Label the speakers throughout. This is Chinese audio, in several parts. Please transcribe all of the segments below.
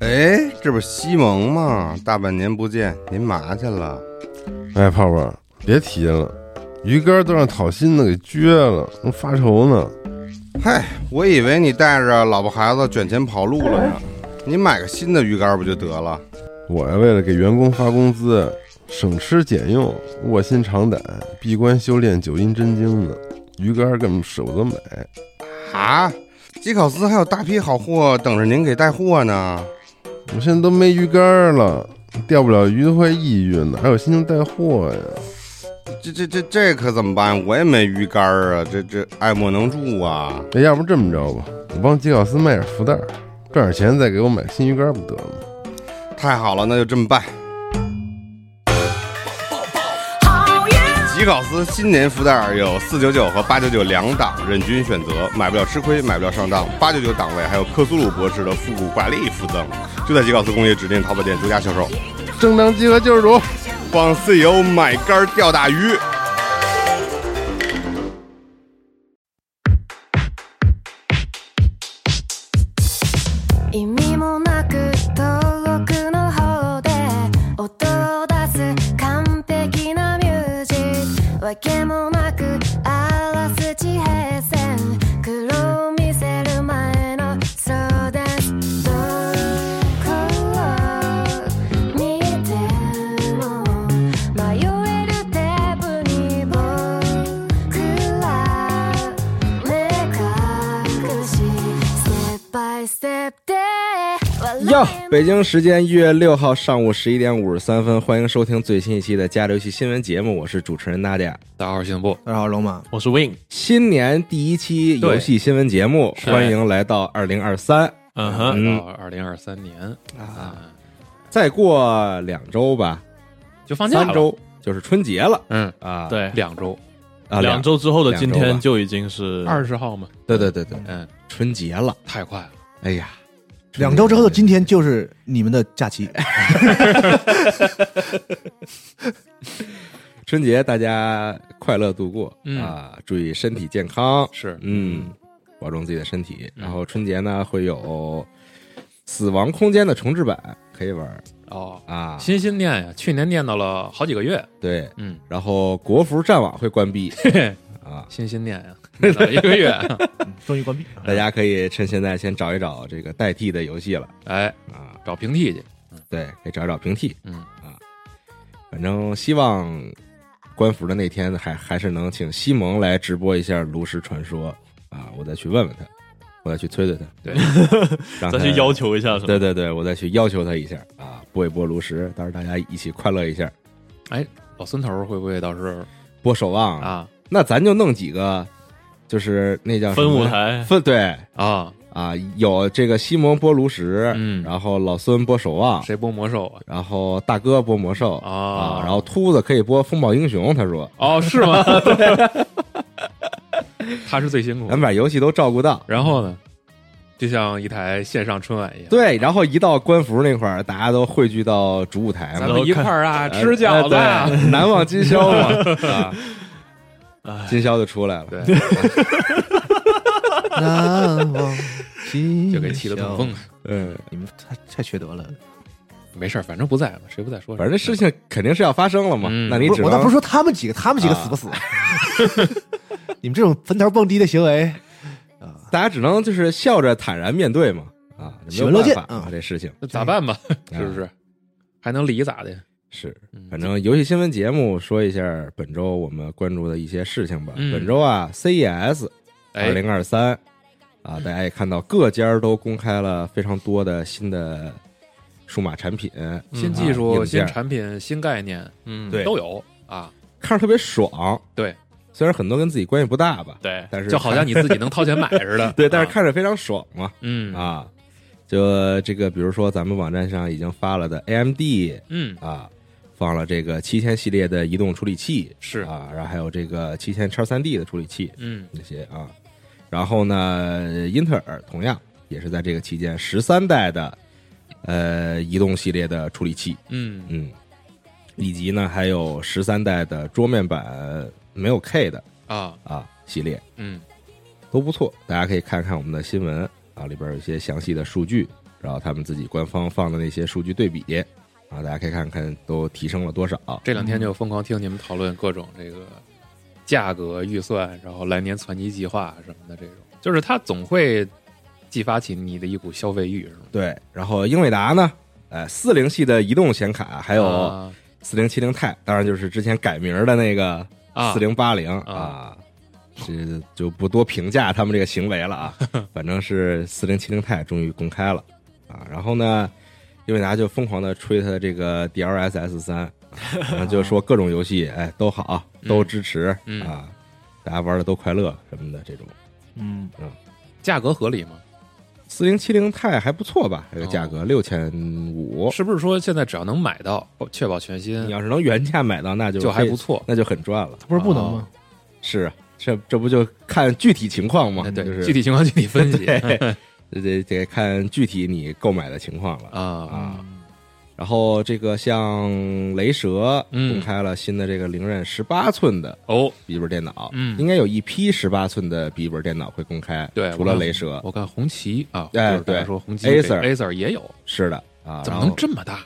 Speaker 1: 哎这不是西蒙吗？大半年不见，您嘛去了？
Speaker 2: 哎，泡泡，别提了，鱼竿都让讨薪的给撅了，正发愁呢。
Speaker 1: 嗨，我以为你带着老婆孩子卷钱跑路了呢。你买个新的鱼竿不就得了？
Speaker 2: 我呀，为了给员工发工资，省吃俭用，卧薪尝胆，闭关修炼九阴真经呢。鱼竿根本舍不得买。
Speaker 1: 啊，吉考斯还有大批好货等着您给带货呢。
Speaker 2: 我现在都没鱼竿了，钓不了鱼都快抑郁了，哪有心情带货呀？
Speaker 1: 这这这这可怎么办？我也没鱼竿啊，这这爱莫能助啊。
Speaker 2: 哎，要不这么着吧，我帮吉考斯卖点福袋，赚点钱再给我买新鱼竿不得了吗？
Speaker 1: 太好了，那就这么办。
Speaker 3: 好运
Speaker 1: 吉考斯新年福袋有四九九和八九九两档，任君选择，买不了吃亏，买不了上当。八九九档位还有克苏鲁博士的复古挂历附赠，就在吉考斯工业指定淘宝店独家销售。
Speaker 2: 正当集合救世主。
Speaker 1: 帮 CEO 买竿钓大鱼。
Speaker 3: 意味もなく遠くの方で音を出す完璧なミュージックわけもなく荒らす地平線黒を見せる前のスローダンスどこを見ても迷えるテープに僕ら目隠しステップバイステップで
Speaker 4: 哟
Speaker 3: 笑，
Speaker 4: 北京时间一月六号上午十一点五十三分，欢迎收听最新一期的《加流戏新闻节目》，我是主持人娜姐。
Speaker 5: 大家好，我是信步，
Speaker 6: 大家好，龙马。
Speaker 5: 我是 Win。
Speaker 4: 新年第一期游戏新闻节目，
Speaker 5: 是
Speaker 4: 欢迎来到二零二三。
Speaker 5: 嗯哼，
Speaker 4: 嗯
Speaker 5: 到二零二三年啊，
Speaker 4: 再过两周吧，
Speaker 7: 就放假了
Speaker 4: 三，周就是春节了
Speaker 5: 嗯，
Speaker 4: 啊！
Speaker 7: 对，
Speaker 5: 两周，
Speaker 4: 啊，
Speaker 7: 两周之后的今
Speaker 4: 两周吧
Speaker 7: 天就已经是
Speaker 5: 二十号嘛，
Speaker 4: 对对对对，
Speaker 5: 嗯，
Speaker 4: 春节了。
Speaker 5: 太快了，
Speaker 4: 哎呀，
Speaker 6: 两周之后的今天就是你们的假 期，
Speaker 4: 春节大家快乐度过、
Speaker 7: 嗯
Speaker 4: 啊，注意身体健康，
Speaker 5: 是
Speaker 4: 嗯，保重自己的身体。
Speaker 5: 嗯
Speaker 4: 然后春节呢会有《死亡空间》的重置版可以玩儿
Speaker 5: 哦，
Speaker 4: 啊，
Speaker 5: 心心念呀，去年念叨了好几个月，
Speaker 4: 对，
Speaker 5: 嗯，
Speaker 4: 然后国服战网会关 闭啊，
Speaker 5: 心心念呀，念叨了一 个月，
Speaker 6: 终于关闭。
Speaker 4: 大家可以趁现在先找一找这个代替的游戏了
Speaker 5: 哎，
Speaker 4: 啊，
Speaker 5: 找平替去，
Speaker 4: 对，可以找一找平替，
Speaker 5: 嗯
Speaker 4: 啊，反正希望官服的那天还还是能请西蒙来直播一下《炉石传说》啊，我再去问问他，我再去催催他，
Speaker 5: 对，
Speaker 4: 让他
Speaker 7: 咱去要求一下
Speaker 5: 嗯
Speaker 7: 是吧？
Speaker 4: 对对对，我再去要求他一下啊，播一播炉石，到时候大家一起快乐一下，
Speaker 5: 老孙头儿会不会到时候
Speaker 4: 播守望，
Speaker 5: 啊
Speaker 4: 那咱就弄几个，就是那叫什
Speaker 7: 分
Speaker 4: 么
Speaker 7: 舞台，
Speaker 4: 分对
Speaker 5: 啊，
Speaker 4: 啊，有这个西蒙播炉石，
Speaker 5: 嗯
Speaker 4: 然后老孙播守望，
Speaker 5: 谁播魔兽啊？
Speaker 4: 然后大哥播魔兽
Speaker 5: 哦
Speaker 4: 啊，然后秃子可以播风暴英雄，他说
Speaker 5: 哦，是吗？ 他是最辛苦
Speaker 4: 咱
Speaker 5: 的
Speaker 4: 们，把游戏都照顾到。
Speaker 5: 然后呢，就像一台线上春晚一样，
Speaker 4: 对，然后一到官服那块儿，大家都汇聚到主舞台
Speaker 5: 咱
Speaker 4: 嘛，
Speaker 5: 们一块儿啊
Speaker 4: 呃
Speaker 5: 吃饺子啊
Speaker 4: 呃，对难忘今宵 嘛，啊
Speaker 7: 哎，
Speaker 4: 今宵就出来了。
Speaker 5: 对，
Speaker 6: 难忘今
Speaker 5: 就给气得痛风
Speaker 6: 宵
Speaker 5: 了。
Speaker 4: 嗯，
Speaker 6: 你们太太缺德了。
Speaker 5: 没事儿，反正不在嘛，谁不在说谁？
Speaker 4: 反正这事情肯定是要发生了嘛，
Speaker 5: 嗯
Speaker 4: 那你
Speaker 6: 不
Speaker 4: 只
Speaker 6: 是，我倒不
Speaker 4: 能
Speaker 6: 是说他们几个，他们几个死不死？ 你们这种坟头蹦迪的行为，
Speaker 4: 大家只能就是笑着坦然面对嘛，啊，没
Speaker 6: 喜
Speaker 4: 有
Speaker 6: 闻乐
Speaker 4: 办
Speaker 6: 见
Speaker 4: 法啊
Speaker 6: 嗯
Speaker 4: 这事情啊
Speaker 5: 那咋办吧？
Speaker 4: 嗯
Speaker 5: 是不是？还能离咋的？
Speaker 4: 是
Speaker 5: 嗯
Speaker 4: 反正游戏新闻节目说一下本周我们关注的一些事情吧。
Speaker 5: 嗯
Speaker 4: 本周啊，CES 二
Speaker 5: 哎，
Speaker 4: 零二三啊，大家也看到各家儿都公开了非常多的新的数码产品，
Speaker 5: 新
Speaker 4: 啊
Speaker 5: 技术、
Speaker 4: 硬件
Speaker 5: 新产品、新概念，嗯，
Speaker 4: 对
Speaker 5: 都有啊。
Speaker 4: 看着特别爽。
Speaker 5: 对，
Speaker 4: 虽然很多跟自己关系不大吧，
Speaker 7: 对，
Speaker 4: 但是。
Speaker 5: 就好像你自己能掏钱买似的
Speaker 4: 对，但是
Speaker 5: 啊，
Speaker 4: 看着非常爽嘛
Speaker 5: 嗯
Speaker 4: 啊。就这个，比如说咱们网站上已经发了的 AMD
Speaker 5: 嗯，
Speaker 4: 啊，放了这个七千系列的移动处理器
Speaker 5: 是，
Speaker 4: 啊，然后还有这个七千叉三 D 的处理器，
Speaker 5: 嗯
Speaker 4: 那些啊。然后呢，英特尔同样也是在这个期间，十三代的呃移动系列的处理器，
Speaker 5: 嗯
Speaker 4: 嗯，以及呢还有十三代的桌面版没有 K 的
Speaker 5: 啊，
Speaker 4: 啊系列
Speaker 5: 嗯
Speaker 4: 都不错，大家可以看看我们的新闻啊，里边有一些详细的数据。然后他们自己官方放的那些数据对比，啊，大家可以看看都提升了多少。
Speaker 5: 这两天就疯狂听你们讨论各种这个价格预算，然后来年攒机计划什么的这种，就是它总会激发起你的一股消费欲，是吗？
Speaker 4: 对，然后英伟达呢，呃，四零系的移动显卡，还有
Speaker 5: 啊
Speaker 4: 四零七零 i 当然就是之前改名儿的那个
Speaker 5: 啊
Speaker 4: 四零八零
Speaker 5: 啊
Speaker 4: 啊，这就不多评价他们这个行为了 啊。反正是四零七零 i 终于公开了啊，然后呢，英伟达就疯狂的吹它的这个 DLSS 三、啊，然后就说各种游戏哎都好，都支持、
Speaker 5: 嗯嗯
Speaker 4: 啊，大家玩的都快乐什么的这种。
Speaker 7: 嗯，
Speaker 5: 价格合理吗？
Speaker 4: 四零七零 i 还不错吧，这个价格六千五。
Speaker 5: 哦是不是说现在只要能买到，保确保全新
Speaker 4: 哦你要是能原价买到，那就
Speaker 5: 就还不
Speaker 4: 错，
Speaker 5: 错？
Speaker 4: 那就很赚了。
Speaker 6: 不是不能吗？
Speaker 4: 是啊，这这不就看具体情况嘛？
Speaker 5: 哎对，
Speaker 4: 就是
Speaker 5: 具体情况具体分析
Speaker 4: 对，这得得看具体你购买的情况了。
Speaker 5: 啊
Speaker 4: 然后这个像雷蛇
Speaker 5: 嗯
Speaker 4: 公开了新的这个凌刃十八寸的
Speaker 5: 哦，
Speaker 4: 笔记本电脑，
Speaker 5: 嗯
Speaker 4: 应该有一批十八寸的笔记本电脑会公开，
Speaker 5: 对
Speaker 4: 除了雷蛇，
Speaker 5: 我看红旗啊，
Speaker 4: 哎
Speaker 5: 就是大家
Speaker 4: 对
Speaker 5: 说红旗
Speaker 4: Acer
Speaker 5: Acer 也有，
Speaker 4: 是的啊，
Speaker 5: 怎么
Speaker 4: 然
Speaker 5: 能
Speaker 4: 后
Speaker 5: 这么大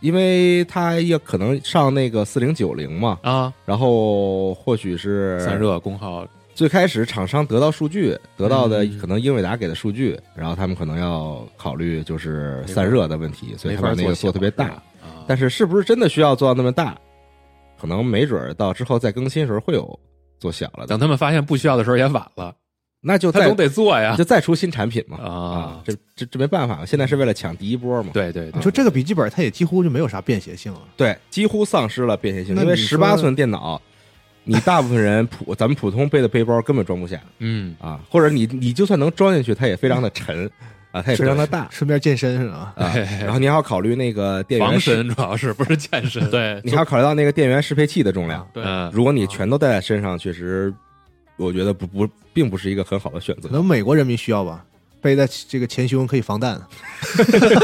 Speaker 4: 因为它也可能上那个四零九零嘛，
Speaker 5: 啊？
Speaker 4: 然后或许是
Speaker 5: 散热功耗
Speaker 4: 最开始厂商得到数据，得到的
Speaker 5: 嗯
Speaker 4: 可能英伟达给的数据，然后他们可能要考虑就是散热的问题，所以
Speaker 5: 没
Speaker 4: 他
Speaker 5: 法
Speaker 4: 把那个
Speaker 5: 小
Speaker 4: 做特别
Speaker 5: 是
Speaker 4: 大
Speaker 5: 吧。啊，
Speaker 4: 但是是不是真的需要做到那么大？可能没准儿到之后再更新的时候会有做小了的
Speaker 5: 啊等，他们发现不需要的时候也晚了，
Speaker 4: 那就
Speaker 5: 他
Speaker 4: 再
Speaker 5: 总得做呀
Speaker 4: 就再出新产品嘛
Speaker 5: 啊！
Speaker 4: 这啊这这没办法，现在是为了抢第一波嘛。
Speaker 5: 对对
Speaker 6: 你
Speaker 5: 对，
Speaker 6: 说这个笔记本它也几乎就没有啥便携性了，
Speaker 4: 对，几乎丧失了便携性，
Speaker 6: 那
Speaker 4: 因为
Speaker 6: 你
Speaker 4: 十
Speaker 6: 说
Speaker 4: 八寸电脑，你大部分人普 咱们普通背的背包根本装不下
Speaker 5: 嗯，
Speaker 4: 啊，或者你你就算能装进去，它也非常的沉啊，它也非常的大。
Speaker 6: 顺便健身是吧？
Speaker 4: 啊，然后你还要考虑那个电源
Speaker 5: 防
Speaker 4: 适，
Speaker 5: 身主要是不是健身？
Speaker 7: 对，
Speaker 4: 你还要考虑到那个电源适配器的重量。
Speaker 7: 对
Speaker 5: 嗯
Speaker 4: 如果你全都带在身上，确实，我觉得不不，并不是一个很好的选
Speaker 6: 可
Speaker 4: 择。
Speaker 6: 能美国人民需要吧，背在这个前胸可以防弹。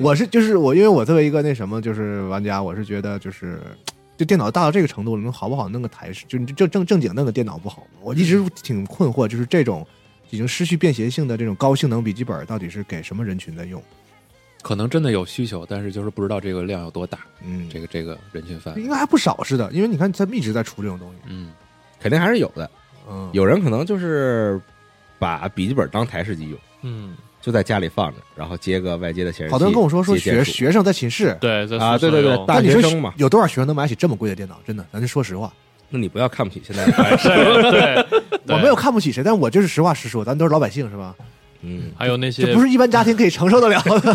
Speaker 6: 我是就是我，因为我作为一个那什么就是玩家，我是觉得就是。就电脑大到这个程度了，能好不好弄个台式？就你就正正经弄个电脑不好吗？我一直挺困惑，就是这种已经失去便携性的这种高性能笔记本，到底是给什么人群在用？
Speaker 5: 可能真的有需求，但是就是不知道这个量有多大，
Speaker 6: 嗯，
Speaker 5: 这个这个人群范围
Speaker 6: 应，该还不少似的，因为你看他们一直在出这种东西。
Speaker 5: 嗯
Speaker 4: 肯定还是有的，
Speaker 6: 嗯，
Speaker 4: 有人可能就是把笔记本当台式机用，
Speaker 7: 嗯，
Speaker 4: 就在家里放着，然后接个外接的显示器。
Speaker 6: 好多人跟我说说
Speaker 4: 接电
Speaker 6: 学
Speaker 4: 视
Speaker 6: 学生在寝室，
Speaker 7: 对，在
Speaker 4: 啊，
Speaker 7: 宿
Speaker 4: 对对
Speaker 7: 舍
Speaker 4: 对，
Speaker 7: 用
Speaker 4: 大
Speaker 6: 但你
Speaker 4: 学
Speaker 6: 说
Speaker 4: 生嘛，
Speaker 6: 有多少学生能买起这么贵的电脑？真的，咱就说实话，
Speaker 4: 那你不要看不起现在的 孩子。
Speaker 7: 对，对
Speaker 6: 我没有，看不起谁，但我就是实话实说，咱都是老百姓是吧？
Speaker 4: 嗯，
Speaker 7: 还有那些
Speaker 6: 这不是一般家庭可以承受得了的。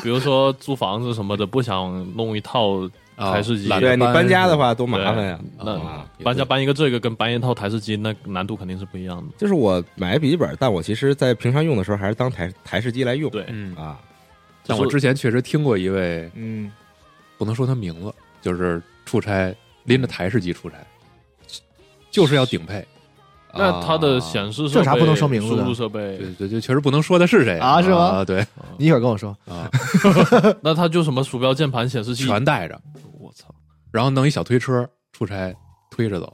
Speaker 7: 比如说租房子什么的，不想弄一套
Speaker 5: 啊
Speaker 7: 台式机，
Speaker 5: 懒得
Speaker 4: 对你搬家的话多麻
Speaker 7: 对
Speaker 4: 烦呀，
Speaker 5: 嗯
Speaker 7: 那
Speaker 4: 啊
Speaker 7: 搬家搬一个这个跟搬一套台式机，那难度肯定是不一样的。
Speaker 4: 就是我买笔记本，但我其实在平常用的时候还是当台台式机来用。
Speaker 7: 对，
Speaker 5: 嗯。
Speaker 4: 啊，
Speaker 5: 但
Speaker 7: 就
Speaker 5: 我
Speaker 7: 是
Speaker 5: 之前确实听过一位
Speaker 6: 嗯，
Speaker 5: 不能说他名字，就是出差拎着台式机出差，就是要顶配，
Speaker 7: 那它的
Speaker 4: 啊
Speaker 7: 显示设备、
Speaker 6: 这啥不能说名字
Speaker 7: 输
Speaker 6: 的
Speaker 7: 入设备
Speaker 5: 对对对，确实不能说他是谁
Speaker 6: 啊是吗
Speaker 5: 啊，对
Speaker 6: 你一会儿跟我说，
Speaker 5: 啊，
Speaker 7: 那它就什么鼠标、键盘、显示器，
Speaker 5: 全带着，
Speaker 7: 我操，
Speaker 5: 然后弄一小推车出差推着走，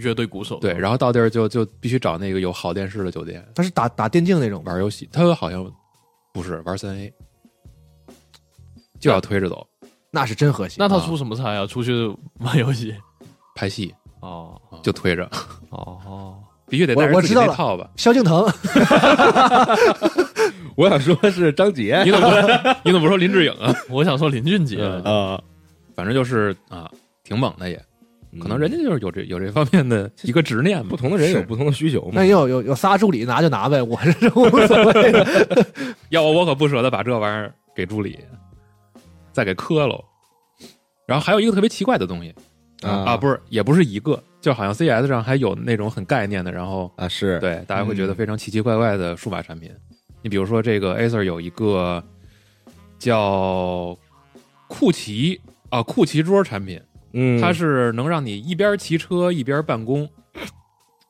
Speaker 7: 乐队鼓手
Speaker 5: 对，然后到地儿就就必须找那个有好电视的酒店
Speaker 6: 他是打打电竞那种吧？
Speaker 5: 玩游戏，他好像不是玩三 A，就要推着走
Speaker 6: 那是真和谐。
Speaker 7: 那他出什么差呀？出去玩游戏
Speaker 5: 拍戏，
Speaker 7: 哦
Speaker 5: 就推着，
Speaker 7: 哦
Speaker 5: 必须得
Speaker 6: 我
Speaker 5: 带着
Speaker 6: 我
Speaker 5: 自己
Speaker 6: 知道
Speaker 5: 那
Speaker 6: 了
Speaker 5: 套吧？
Speaker 6: 萧敬腾，
Speaker 4: 我想说是张杰
Speaker 5: 你怎么不你怎么不说林志颖啊？
Speaker 7: 我想说林俊杰，
Speaker 5: 嗯
Speaker 4: 啊，
Speaker 5: 反正就是啊，挺猛的也，可能人
Speaker 4: 家
Speaker 5: 家就是有这有这方面的一个执念吧
Speaker 4: 不。同的人有
Speaker 6: 是
Speaker 4: 不同的需求嘛
Speaker 6: 那。有有有仨助理拿就拿呗，我是无所谓的。
Speaker 5: 要我我可不舍得把这玩意儿给助理，再给磕喽。然后还有一个特别奇怪的东西
Speaker 4: 啊
Speaker 5: 不是，也不是一个，就好像 CES 上还有那种很概念的，然后
Speaker 4: 啊是，
Speaker 5: 对大家会
Speaker 6: 嗯
Speaker 5: 觉得非常奇奇怪怪的数码产品。你比如说这个 Acer 有一个叫酷奇啊酷奇桌产品，
Speaker 4: 嗯，
Speaker 5: 它是能让你一边骑车一边办公，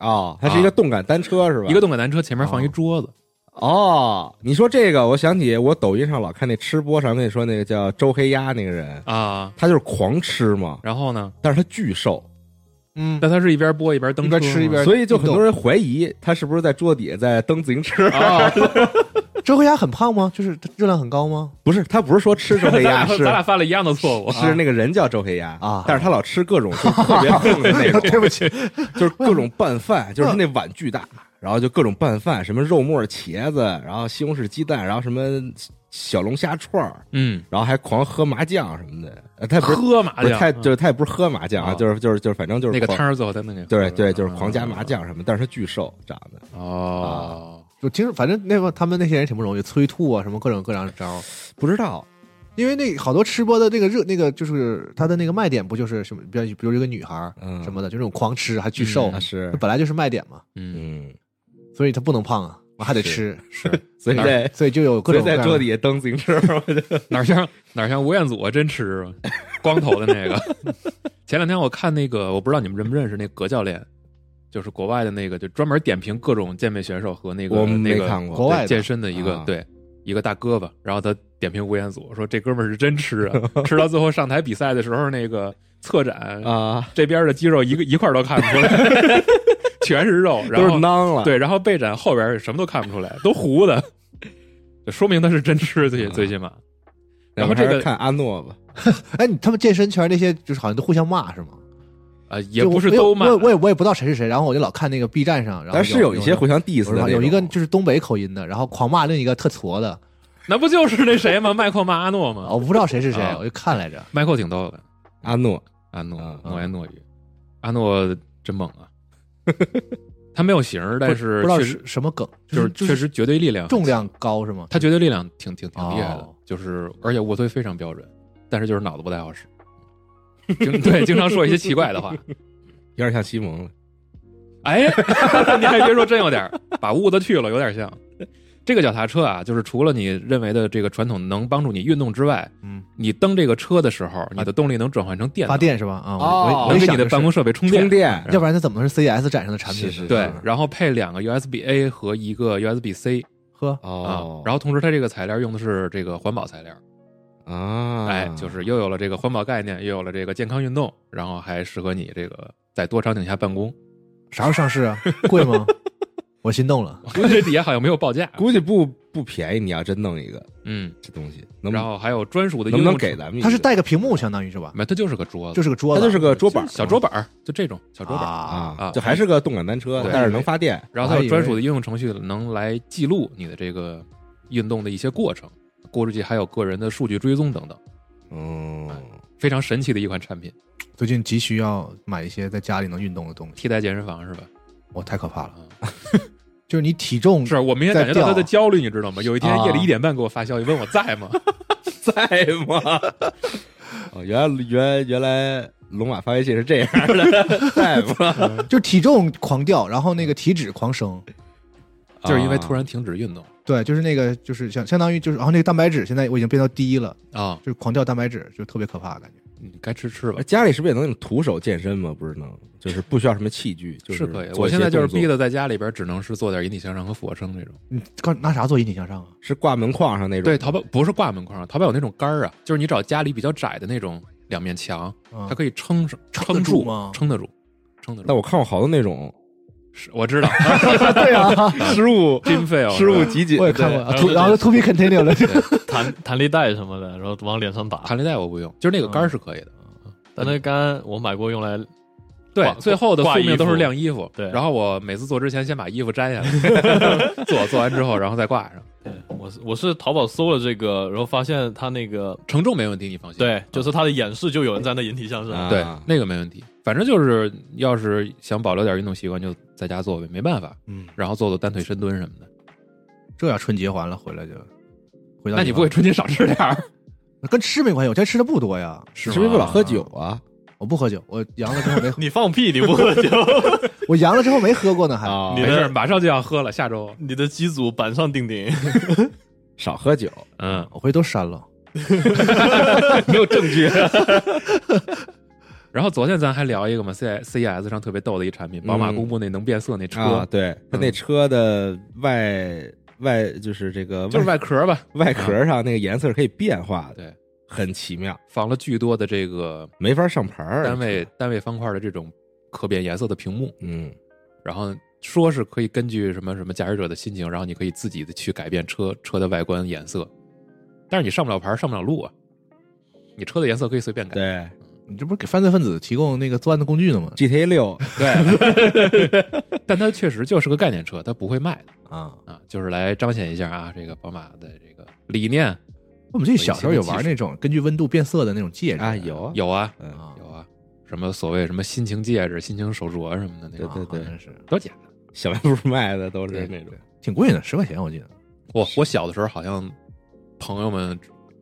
Speaker 4: 哦，它是一个动感单车是吧？
Speaker 5: 一个动感单车前面放一桌子，
Speaker 4: 哦，你说这个，我想起我抖音上老看那吃播上跟你说那个叫周黑鸭那个人，
Speaker 6: 哦
Speaker 5: 啊，
Speaker 4: 他就是狂吃嘛，
Speaker 5: 然后呢，
Speaker 4: 但是他巨瘦，
Speaker 6: 嗯，
Speaker 5: 但它是一边播一边蹬
Speaker 6: 一
Speaker 5: 车
Speaker 6: 边
Speaker 5: 吗，
Speaker 6: 吃一边
Speaker 4: 所以就很多人怀疑他是不是在桌底下在蹬自行车。
Speaker 5: 啊，
Speaker 6: 周黑鸭很胖吗？就是它热量很高吗？
Speaker 4: 不是他不是说吃周黑
Speaker 5: 咱
Speaker 4: 鸭，
Speaker 5: 俩
Speaker 4: 是
Speaker 5: 咱俩犯了一样的错误，啊
Speaker 4: 是那个人叫周黑鸭
Speaker 6: 啊
Speaker 4: 但是他老吃各种就是特别横的那种，对不起，就是各种拌饭，就是那碗巨大，然后就各种拌饭，什么肉末茄子，然后西红柿鸡蛋，然后什么小龙虾串儿，
Speaker 5: 嗯，
Speaker 4: 然后还狂喝麻酱什么的，呃他也不是
Speaker 5: 喝麻
Speaker 4: 不是
Speaker 5: 将
Speaker 4: 他就是他也不是喝麻酱啊，
Speaker 5: 啊
Speaker 4: 就是就是就是反正就是
Speaker 5: 嗯那个
Speaker 4: 狂
Speaker 5: 摊儿最嗯后他们给喝啊
Speaker 4: 对
Speaker 5: 了
Speaker 4: 对，就是狂加麻酱什么，但是他巨瘦长得，
Speaker 5: 嗯哦，
Speaker 6: 就听，反正那个他们那些人挺不容易，催吐啊，什么各种各样的招儿。
Speaker 4: 不知道
Speaker 6: 因为那好多吃播的那个热，那个就是他的那个卖点，不就是什么，比如比如一个女孩儿
Speaker 4: 嗯
Speaker 6: 什么的，就那种狂吃还巨瘦，
Speaker 4: 啊是
Speaker 6: 这本来就是卖点嘛，
Speaker 5: 嗯，
Speaker 4: 嗯
Speaker 6: 所以他不能胖啊，我还得吃，
Speaker 4: 是， 所以
Speaker 5: 哪儿
Speaker 4: 在
Speaker 6: 所以就有各
Speaker 4: 所以
Speaker 6: 种
Speaker 4: 在
Speaker 6: 各样
Speaker 4: 桌
Speaker 6: 的
Speaker 4: 底下蹬自行车，我觉得
Speaker 5: 哪像哪像吴彦祖啊，真 吃啊，光头的那个。 前两天我看那个，我不知道你们认不认识那葛教练，就是国外的那个，就专门点评各种健美选手和那个
Speaker 4: 我没
Speaker 5: 那个
Speaker 4: 看过
Speaker 6: 国外的
Speaker 5: 健身的一个
Speaker 4: 啊
Speaker 5: 对一个大哥吧，然后他点评吴彦 祖说这哥们儿是真吃啊，吃到最后上台比赛的时候那个侧展，
Speaker 4: 啊
Speaker 5: 这边的肌肉一个一块儿都看不出来， 全是肉，然
Speaker 4: 都是
Speaker 5: 后
Speaker 4: 囊了，
Speaker 5: 对，然后背展后边什么都看不出来，都糊 的，就说明他是真吃，
Speaker 6: 啊
Speaker 5: 最起最起码。然后这
Speaker 4: 还是
Speaker 5: 个
Speaker 4: 看阿诺吧，
Speaker 6: 哎，你他们健身圈那些就是好像都互相骂是吗？
Speaker 5: 啊，也
Speaker 6: 就
Speaker 5: 不是
Speaker 6: 我
Speaker 5: 都骂
Speaker 6: 我，也我也我也不知道谁是谁，然后我就老看那个 B 站上，然后
Speaker 4: 但是有一些互相 diss 的那种，
Speaker 6: 有有一个就是东北口音的，然后狂骂另一个特矬的，
Speaker 5: 那不就是那谁吗？麦克骂阿诺吗？
Speaker 6: 我不知道谁是谁
Speaker 5: 啊，
Speaker 6: 我就看来着。
Speaker 5: 麦克挺逗的，
Speaker 4: 阿诺，
Speaker 5: 阿诺
Speaker 4: 啊
Speaker 5: 诺言诺语，阿诺真猛 啊！他没有型儿，但是
Speaker 6: 不知道
Speaker 5: 确
Speaker 6: 是
Speaker 5: 实
Speaker 6: 什么梗，
Speaker 5: 就是是确实绝对力量，
Speaker 6: 重量高是吗？
Speaker 5: 他绝对力量挺挺挺厉害的
Speaker 6: 哦，
Speaker 5: 就是而且卧推非常标准，但是就是脑子不太好 使，经对经常说一些奇怪的话。
Speaker 4: 有点像西蒙了，
Speaker 5: 哎， 你还别说，真有点儿把痦子去了，有点像。这个脚踏车啊，就是除了你认为的这个传统能帮助你运动之外，
Speaker 6: 嗯，
Speaker 5: 你蹬这个车的时候，你的动力能转换成电能
Speaker 6: 发，电是吧？啊，
Speaker 4: 哦
Speaker 6: 我我
Speaker 5: 能
Speaker 6: 一
Speaker 5: 给
Speaker 6: 想
Speaker 5: 你的
Speaker 6: 就是
Speaker 5: 办公设备充电。
Speaker 4: 充电
Speaker 6: 要不然它怎么是 CES 展上的产品？
Speaker 4: 是是
Speaker 5: 对，然后配两个 USB A 和一个 USB C
Speaker 6: 呵，
Speaker 5: 啊
Speaker 4: 哦，，
Speaker 5: 然后同时它这个材料用的是这个环保材料，
Speaker 4: 后啊，
Speaker 5: 哎，就是又有了这个环保概念，又有了这个健康运动，然后还适合你这个在多场景下办公。
Speaker 6: 啥时候上市啊？贵吗？ 我心动了。
Speaker 5: 我估计这底下好像没有报价，
Speaker 4: 估计不不便宜，你要真弄一个
Speaker 5: 嗯，
Speaker 4: 这东西，能不
Speaker 5: 然后还有专属的
Speaker 4: 能
Speaker 5: 应
Speaker 4: 不能
Speaker 5: 用程
Speaker 4: 给咱们一个？
Speaker 6: 它是带个屏幕，相当于是吧？
Speaker 5: 没，它就是个桌子
Speaker 6: 就，是个桌
Speaker 4: 它
Speaker 6: 子，
Speaker 4: 就是个桌板儿
Speaker 5: 小桌板儿，就这种小桌板儿。
Speaker 6: 啊。
Speaker 4: 啊
Speaker 5: 啊，
Speaker 4: 就还是个动感单车，
Speaker 5: 对
Speaker 4: 但是能发电，
Speaker 5: 然后它有专属的应用程序，能来记录你的这个运动的一些过程，过出去还有个人的数据追踪等等，哦哎
Speaker 4: 嗯，
Speaker 5: 非常神奇的一款产品，
Speaker 6: 最近急需要买一些在家里能运动的东西，
Speaker 5: 替代健身房是吧？
Speaker 6: 我哦太可怕了。
Speaker 5: 啊，
Speaker 6: 就是你体重
Speaker 5: 是我明显感觉到他的焦虑，你知道吗？有一天
Speaker 6: 啊
Speaker 5: 夜里一点半给我发消息问我 在吗？
Speaker 4: 在吗？哦，原来原原来龙马发微信是这样的，在吗？
Speaker 6: 就是体重狂掉，然后那个体脂狂升，
Speaker 5: 就是因为突然停止运动
Speaker 6: 对，就是那个就是相相当于就是，然后哦那个蛋白质现在我已经变到低了，
Speaker 5: 啊哎
Speaker 6: 就，是狂掉蛋白质，就特别可怕感觉。
Speaker 5: 你该吃吃吧
Speaker 4: 啊， 家里是不是也能那种徒手健身吗？不是能，就是不需要什么器具，就是
Speaker 5: 可以。
Speaker 4: 做
Speaker 5: 我
Speaker 4: 一些
Speaker 5: 现在就是
Speaker 4: 动作
Speaker 5: 逼的在家里边只能是做点引体向上和俯卧撑这种。
Speaker 6: 你刚拿啥做引体向上啊？
Speaker 4: 是挂门框上那种，
Speaker 5: 对，淘宝不是挂门框，淘宝有那种杆儿啊，就是你找家里比较窄的那种两面墙，
Speaker 6: 啊
Speaker 5: 它可以撑上
Speaker 6: 撑得
Speaker 5: 撑
Speaker 6: 住
Speaker 5: 住
Speaker 6: 吗
Speaker 5: 撑得住，撑得住。
Speaker 4: 但我看过好多那种
Speaker 5: 是我 知道，
Speaker 6: 对啊，
Speaker 4: 失 误
Speaker 5: 真废哦，
Speaker 4: 失误集锦，
Speaker 6: 我也看过，
Speaker 4: 对
Speaker 6: 啊，to- 然后就 to be continue 了，就
Speaker 7: 弹弹力带什么的，然后往脸上打。
Speaker 5: 弹力带我不用，就是那个杆儿是可以的。
Speaker 7: 但那杆我买过用来，
Speaker 5: 对
Speaker 7: 挂，
Speaker 5: 最后的宿
Speaker 7: 挂衣
Speaker 5: 命
Speaker 7: 服
Speaker 5: 都是晾衣服。
Speaker 7: 对
Speaker 5: 然后我每次做之前先把衣服摘下来， 做做完之后然后再挂上，
Speaker 7: 我是我是淘宝搜了这个，然后发现它那个
Speaker 5: 承重没问题，你放心。
Speaker 7: 对，就是它的演示就有人在那引体向上
Speaker 4: 啊。
Speaker 5: 对，那个没问题。反正就是要是想保留点运动习惯，就在家做呗，没办法。
Speaker 6: 嗯，
Speaker 5: 然后做做单腿深蹲什么的。
Speaker 6: 这要春节完了回来就回到
Speaker 5: 那你不会春节少吃点 儿？
Speaker 6: 跟吃没关系，我现在吃的不多呀，
Speaker 4: 你是不是不老喝酒啊？
Speaker 6: 我不喝酒，我阳了之后没喝，
Speaker 7: 你放屁！你不喝酒，
Speaker 6: 我阳了之后没喝过呢，还
Speaker 4: 啊
Speaker 7: 你
Speaker 5: 没
Speaker 7: 的
Speaker 5: 事儿，马上就要喝了，下周。
Speaker 7: 你的机组板上钉 钉。
Speaker 4: 少喝酒，啊
Speaker 5: 嗯，
Speaker 6: 我回头都删了。
Speaker 4: 没有证据。
Speaker 5: 然后昨天咱还聊一个嘛，C C E S 上特别逗的一产品，宝马
Speaker 4: 嗯
Speaker 5: 公布那能变色那车，嗯
Speaker 4: 啊，对，他那车的外外就是这个
Speaker 5: 就是外壳吧，
Speaker 4: 外壳上那个颜色是可以变化的，
Speaker 5: 对，
Speaker 4: 很奇妙，
Speaker 5: 仿了巨多的这个
Speaker 4: 没法上牌儿。
Speaker 5: 单位单位方块的这种可变颜色的屏幕，
Speaker 4: 嗯，
Speaker 5: 然后说是可以根据什么什么驾驶者的心情，然后你可以自己的去改变车车的外观颜色，但是你上不了牌，上不了路啊。你车的颜色可以随便改，
Speaker 4: 对
Speaker 6: 你这不是给犯罪分子提供那个作案的工具呢吗？
Speaker 4: ，GTA 六，对
Speaker 5: 但它确实就是个概念车，它不会卖的
Speaker 4: 啊，
Speaker 5: 啊，就是来彰显一下啊，这个宝马的这个理念
Speaker 6: 我们自己小时候有玩那种根据温度变色的那种戒指
Speaker 4: 啊有啊，
Speaker 5: 有啊，
Speaker 4: 嗯
Speaker 6: 啊，
Speaker 5: 有啊，什么所谓什么心情戒指、心情手镯什么的那
Speaker 4: 对
Speaker 5: 种，
Speaker 4: 对对
Speaker 6: 好像是
Speaker 5: 都假的。
Speaker 4: 小卖部卖的都是那种，
Speaker 6: 挺贵的，十块钱我记得。
Speaker 5: 我我小的时候好像朋友们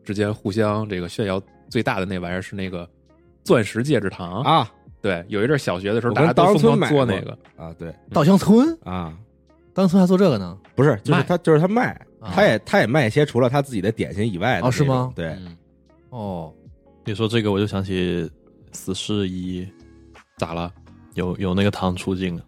Speaker 5: 之间互相这个炫耀最大的那玩意儿是那个钻石戒指糖，
Speaker 4: 啊
Speaker 5: 对，有一阵儿小学的时候
Speaker 4: 我
Speaker 5: 大
Speaker 4: 跟
Speaker 5: 家
Speaker 4: 稻
Speaker 5: 都
Speaker 4: 香村
Speaker 5: 疯狂做
Speaker 4: 买
Speaker 5: 那
Speaker 4: 过
Speaker 5: 个，
Speaker 4: 啊，对
Speaker 6: 稻香村，
Speaker 4: 啊，
Speaker 6: 稻香村还做这个呢？
Speaker 4: 不是，就是
Speaker 5: 卖
Speaker 4: 他就是他卖，
Speaker 6: 啊
Speaker 4: 他也他也卖一些除了他自己的点心以外的
Speaker 6: 哦是
Speaker 4: 那种
Speaker 6: 吗
Speaker 4: 对，
Speaker 5: 嗯，
Speaker 6: 哦，
Speaker 7: 你说这个，我就想起死侍一
Speaker 5: 咋了？
Speaker 7: 有有那个糖出镜啊。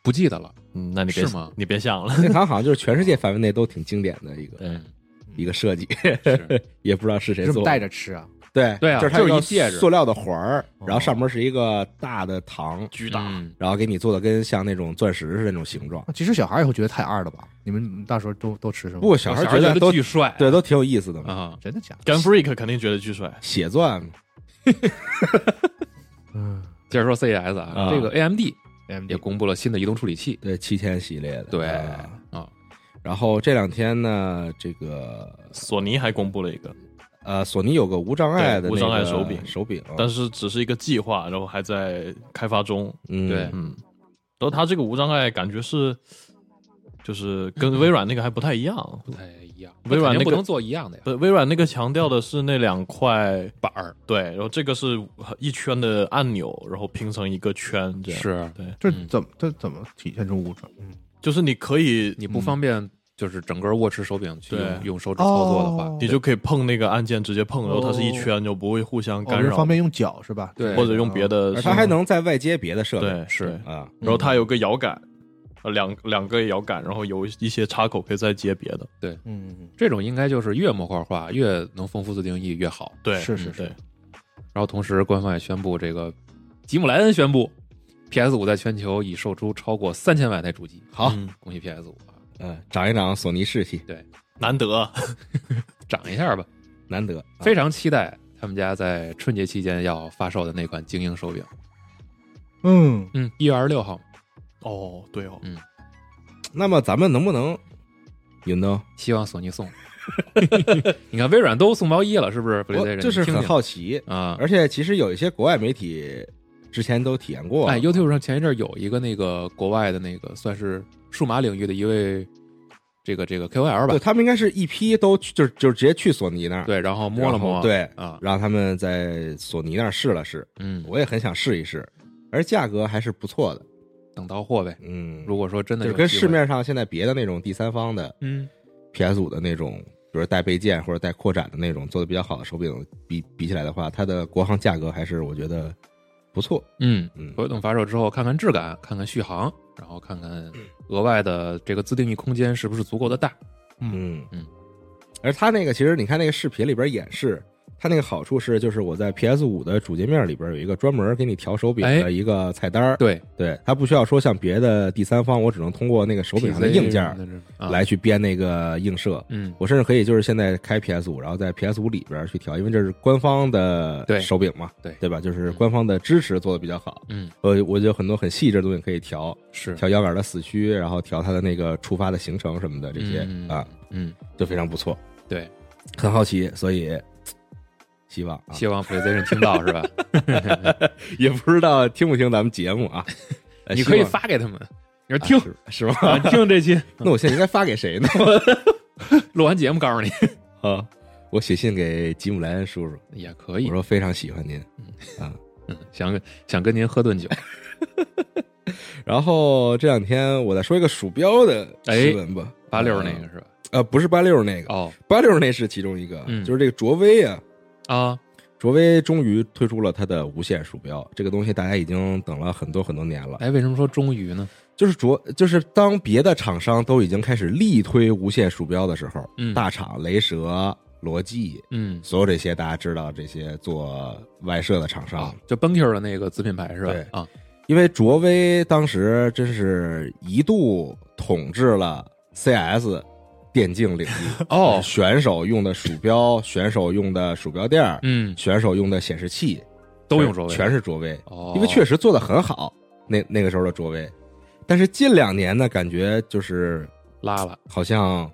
Speaker 5: 不记得了，
Speaker 7: 嗯，那你别
Speaker 5: 是吗
Speaker 7: 你别想了。
Speaker 4: 那糖好像就是全世界范围内都挺经典的一个
Speaker 7: 对，
Speaker 4: 一个设计，
Speaker 5: 是
Speaker 4: 也不知道是谁
Speaker 6: 这
Speaker 4: 做
Speaker 6: 么
Speaker 4: 的。
Speaker 6: 带着吃啊？
Speaker 4: 对
Speaker 5: 对啊
Speaker 4: 就是它
Speaker 5: 就是
Speaker 4: 有个
Speaker 5: 一戒指
Speaker 4: 塑料的环儿，
Speaker 6: 哦
Speaker 4: 然后上面是一个大的糖，
Speaker 7: 巨
Speaker 5: 嗯
Speaker 4: 然后给你做的跟像那种钻石似的那种形状。
Speaker 6: 那啊其实小孩也会觉得太二了吧？你们大时候都都吃什么？
Speaker 4: 不过小孩
Speaker 5: 我
Speaker 4: 觉
Speaker 5: 得
Speaker 4: 都
Speaker 5: 巨帅，
Speaker 4: 对都挺有意思的嘛，
Speaker 5: 啊，
Speaker 6: 真的假的？
Speaker 7: 干 freak 肯定觉得巨帅。
Speaker 4: 血钻嘛
Speaker 6: 嗯
Speaker 5: 接着说 CES 啊
Speaker 7: 啊，
Speaker 5: 这个 AMD
Speaker 6: ，AMD
Speaker 5: 也公布了新的移动处理器，
Speaker 4: 对七千系列的
Speaker 5: 对
Speaker 4: 啊
Speaker 5: 啊，
Speaker 4: 然后这两天呢，这个
Speaker 7: 索尼还公布了一
Speaker 5: 嗯
Speaker 7: 个，
Speaker 4: 呃，索尼有个无障碍的那
Speaker 7: 对
Speaker 4: 个
Speaker 7: 无障碍手柄
Speaker 4: 手柄，
Speaker 7: 但是只是一个计划，然后还在开发中。
Speaker 4: 嗯
Speaker 5: 对
Speaker 7: 嗯，然后它这个无障碍感觉是，就是
Speaker 5: 嗯
Speaker 7: 跟微软那个还不太一样。
Speaker 5: 不太一样，
Speaker 7: 微软
Speaker 5: 肯定
Speaker 7: 那
Speaker 5: 不
Speaker 7: 个
Speaker 5: 能做一样的呀，
Speaker 7: 对，微软那个强调的是那两块
Speaker 5: 板儿
Speaker 7: 对，然后这个是一圈的按钮，然后拼成一个圈，这样
Speaker 5: 是
Speaker 7: 对，
Speaker 6: 这
Speaker 5: 嗯
Speaker 6: 怎么这怎么体现出无障？
Speaker 7: 就是你可以
Speaker 5: 你不方便就是整个握持手柄去用
Speaker 7: 对
Speaker 5: 用手指操作的话
Speaker 6: 哦，
Speaker 7: 嗯你就可以碰那个按键直接碰，然后它是一圈，就不会互相
Speaker 6: 哦
Speaker 7: 干
Speaker 6: 是
Speaker 7: 扰，
Speaker 6: 方便用脚是吧？
Speaker 5: 对
Speaker 7: 或者用别的
Speaker 4: 而
Speaker 7: 手，
Speaker 4: 它还能再外接别的设备，
Speaker 7: 对是，
Speaker 4: 啊，
Speaker 7: 然后它有个摇杆，呃两两个摇杆，然后有一些插口可以再接别的，
Speaker 6: 嗯，
Speaker 5: 这种应该就是越模块化越能丰富自定义越好。
Speaker 7: 对，
Speaker 6: 是是
Speaker 7: 嗯对
Speaker 6: 是，
Speaker 5: 然后同时，官方也宣布，这个吉姆莱恩宣布，PS 五在全球已售出超过三千万台主机。
Speaker 4: 好，
Speaker 7: 嗯
Speaker 5: 恭喜 PS 五啊，
Speaker 4: 嗯，长一长索尼士气，
Speaker 7: 难得，啊
Speaker 5: 涨一下吧！
Speaker 4: 难得，啊
Speaker 5: 非常期待他们家在春节期间要发售的那款精英手柄。
Speaker 6: 嗯，
Speaker 5: 嗯，一月二十六号，
Speaker 7: 哦，对哦，
Speaker 4: 那么咱们能不能，you know，
Speaker 5: 希望索尼送。 你看微软都送毛衣了，是不是？
Speaker 4: 我
Speaker 5: PlayStation，
Speaker 4: 就是
Speaker 5: 你听
Speaker 4: 很
Speaker 5: 听
Speaker 4: 好奇，
Speaker 5: 啊。
Speaker 4: 而且其实有一些国外媒体之前都体验过，啊
Speaker 5: 哎，YouTube 上前一阵儿有一个那个国外的那个算是数码领域的一位这个这个 KOL 吧
Speaker 4: 对，他们应该是一批都去，就是就是直接去索尼那儿，
Speaker 5: 对，然后摸
Speaker 4: 然
Speaker 5: 了
Speaker 4: 后
Speaker 5: 摸，
Speaker 4: 对，
Speaker 5: 啊，
Speaker 4: 让他们在索尼那儿试了试，
Speaker 5: 嗯，
Speaker 4: 我也很想试一试，而价格还是不错的，
Speaker 5: 等到货呗。
Speaker 4: 嗯，
Speaker 5: 如果说真
Speaker 4: 就是
Speaker 5: 的有
Speaker 4: 跟
Speaker 5: 机会
Speaker 4: 市面上现在别的那种第三方的
Speaker 5: 嗯
Speaker 4: PS 五的那种，比如带倍键或者带扩展的那种做的比较好的手柄比比起来的话，它的国行价格还是我觉得不错，
Speaker 5: 嗯，
Speaker 4: 嗯
Speaker 5: 我等发售之后看看质感，看看续航，然后看看额外的这个自定义空间是不是足够的大。
Speaker 4: 嗯
Speaker 5: 嗯，
Speaker 4: 而它那个其实你看那个视频里边演示，它那个好处是，就是我在 PS 五的主界面里边有一个专门给你调手柄
Speaker 5: 哎
Speaker 4: 的一个菜单儿、
Speaker 5: 对，
Speaker 4: 对，它不需要说像别的第三方，我只能通过那个手柄上的
Speaker 5: PC
Speaker 4: 硬件
Speaker 5: 什
Speaker 4: 儿
Speaker 5: 么的这
Speaker 4: 来，去编那个映射。
Speaker 5: 啊嗯，
Speaker 4: 我甚至可以就是现在开 PS 五，然后在 PS 五里边去调，因为这是官方的
Speaker 5: 对
Speaker 4: 手柄嘛，
Speaker 5: 对
Speaker 4: 对吧？就是官方的支持做的比较好。
Speaker 5: 嗯，
Speaker 4: 呃，我有很多很细致的东西可以调，
Speaker 5: 是
Speaker 4: 调摇杆的死区，然后调它的那个触发的行程什么的这些、
Speaker 5: 嗯
Speaker 4: 啊，，
Speaker 5: 嗯，
Speaker 4: 就非常不错。
Speaker 5: 对，
Speaker 4: 很好奇，所以嘖希望啊，
Speaker 5: 希望 PlayStation 听 到是吧？
Speaker 4: 也不知道听不听咱们节目啊。呃
Speaker 5: 你可以
Speaker 4: 希望
Speaker 5: 发给他们，你说
Speaker 4: 啊
Speaker 5: 听
Speaker 4: 是是吧？
Speaker 5: 啊听这期，
Speaker 4: 那我现在应该发给谁呢？
Speaker 5: 录完节目告诉你
Speaker 4: 啊，我写信给吉姆莱恩叔叔，
Speaker 5: 也可以
Speaker 4: 我。说非常喜欢您。
Speaker 5: 嗯想想跟您喝顿
Speaker 4: 哎
Speaker 5: 酒，
Speaker 4: 然后这两天我再说一个鼠标的新闻吧，
Speaker 5: 哎八六那个是吧？
Speaker 4: 呃不是八六那个，
Speaker 5: 哦
Speaker 4: 八六那是其中一个，
Speaker 5: 嗯
Speaker 4: 就是这个卓威啊，
Speaker 5: 啊，
Speaker 4: 卓威终于推出了它的无线鼠标，这个东西大家已经等了很多很多年了。
Speaker 5: 哎，为什么说终于呢？
Speaker 4: 就是卓，就是当别的厂商都已经开始力推无线鼠标的时候，
Speaker 5: 嗯
Speaker 4: 大厂雷蛇、罗技，
Speaker 5: 嗯
Speaker 4: 所有这些大家知道这些做外设的厂商，
Speaker 5: 哦啊，就 Bunker 的那个子品牌是吧
Speaker 4: 对？
Speaker 5: 啊，
Speaker 4: 因为卓威当时真是一度统治了 CS 电竞领域
Speaker 5: 哦
Speaker 4: 选手用的鼠标、选手用的鼠标垫儿、
Speaker 5: 嗯，
Speaker 4: 选手用的显示器
Speaker 5: 都用卓威，
Speaker 4: 全是卓威，
Speaker 5: 哦，
Speaker 4: 因为确实做的很好。那那个时候的卓威，但是近两年呢，感觉就是
Speaker 5: 拉了，
Speaker 4: 好像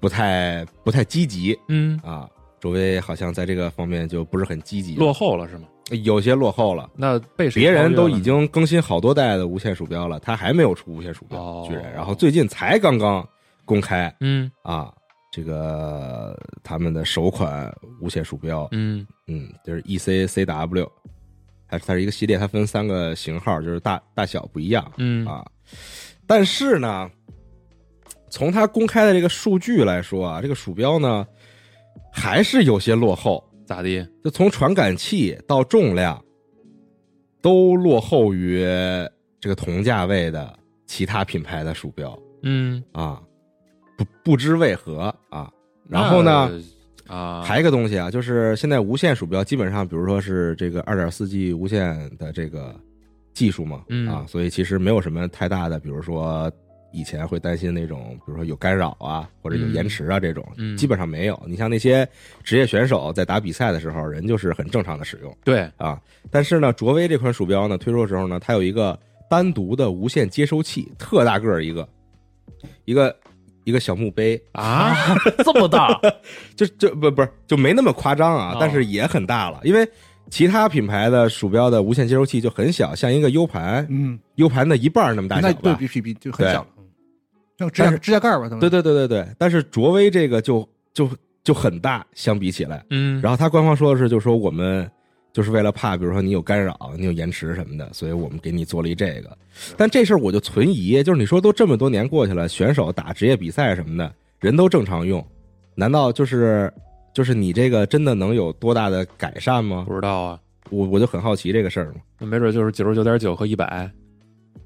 Speaker 4: 不太不太积极
Speaker 5: 嗯，
Speaker 4: 啊。卓威好像在这个方面就不是很积极，
Speaker 5: 落后了是吗？
Speaker 4: 有些落后了。
Speaker 5: 那被谁
Speaker 4: 别人
Speaker 5: 超
Speaker 4: 都
Speaker 5: 越了
Speaker 4: 已
Speaker 5: 呢
Speaker 4: 经更新好多代的无线鼠标了，他还没有出无线鼠标，
Speaker 5: 哦
Speaker 4: 居然。然后最近才刚刚公开
Speaker 5: 嗯
Speaker 4: 啊，这个他们的首款无线鼠标，
Speaker 5: 嗯
Speaker 4: 嗯，就是 E C C W，它它是一个系列，它分三个型号，就是大大小不一样
Speaker 5: 嗯
Speaker 4: 啊。但是呢，从它公开的这个数据来说啊，这个鼠标呢还是有些落后，
Speaker 5: 咋的？
Speaker 4: 就从传感器到重量，都落后于这个同价位的其他品牌的鼠标
Speaker 5: 嗯，
Speaker 4: 啊，不不知为何啊。然后呢，
Speaker 5: 那？啊，
Speaker 4: 还有一个东西啊，就是现在无线鼠标基本上，比如说是这个二点四 G 无线的这个技术嘛，
Speaker 5: 嗯
Speaker 4: 啊，所以其实没有什么太大的，比如说以前会担心那种，比如说有干扰啊，或者有延迟啊这种，
Speaker 5: 嗯
Speaker 4: 基本上没有。你像那些职业选手在打比赛的时候，人就是很正常的使用。
Speaker 5: 对，
Speaker 4: 啊。但是呢，卓威这款鼠标呢，推出的时候呢，它有一个单独的无线接收器，特大个儿一个，一个一个小墓碑，
Speaker 5: 啊，
Speaker 7: 这么大，
Speaker 4: 就就不不是就没那么夸张啊，
Speaker 7: 哦
Speaker 4: 但是也很大了，因为。其他品牌的鼠标的无线接收器就很小，像一个 U 盘
Speaker 6: 嗯，
Speaker 4: ，U 盘的一半儿那么大
Speaker 6: 那
Speaker 4: 小
Speaker 6: 对
Speaker 4: 吧。
Speaker 6: 比比比就很
Speaker 4: 对
Speaker 6: 小了，嗯像指甲
Speaker 4: 但是
Speaker 6: 指甲盖儿吧，他们
Speaker 4: 对对对对对，但是卓威这个就就就很大，相比起来，
Speaker 5: 嗯，
Speaker 4: 然后他官方说的是，就是说我们就是为了怕，比如说你有干扰、你有延迟什么的，所以我们给你做了一这个。但这事儿我就存疑，就是你说都这么多年过去了，选手打职业比赛什么的，人都正常用，难道就是就是你这个真的能有多大的改善吗？
Speaker 5: 不知道啊，
Speaker 4: 我我就很好奇这个事儿嘛，
Speaker 5: 那没准就是九十九点九和一百，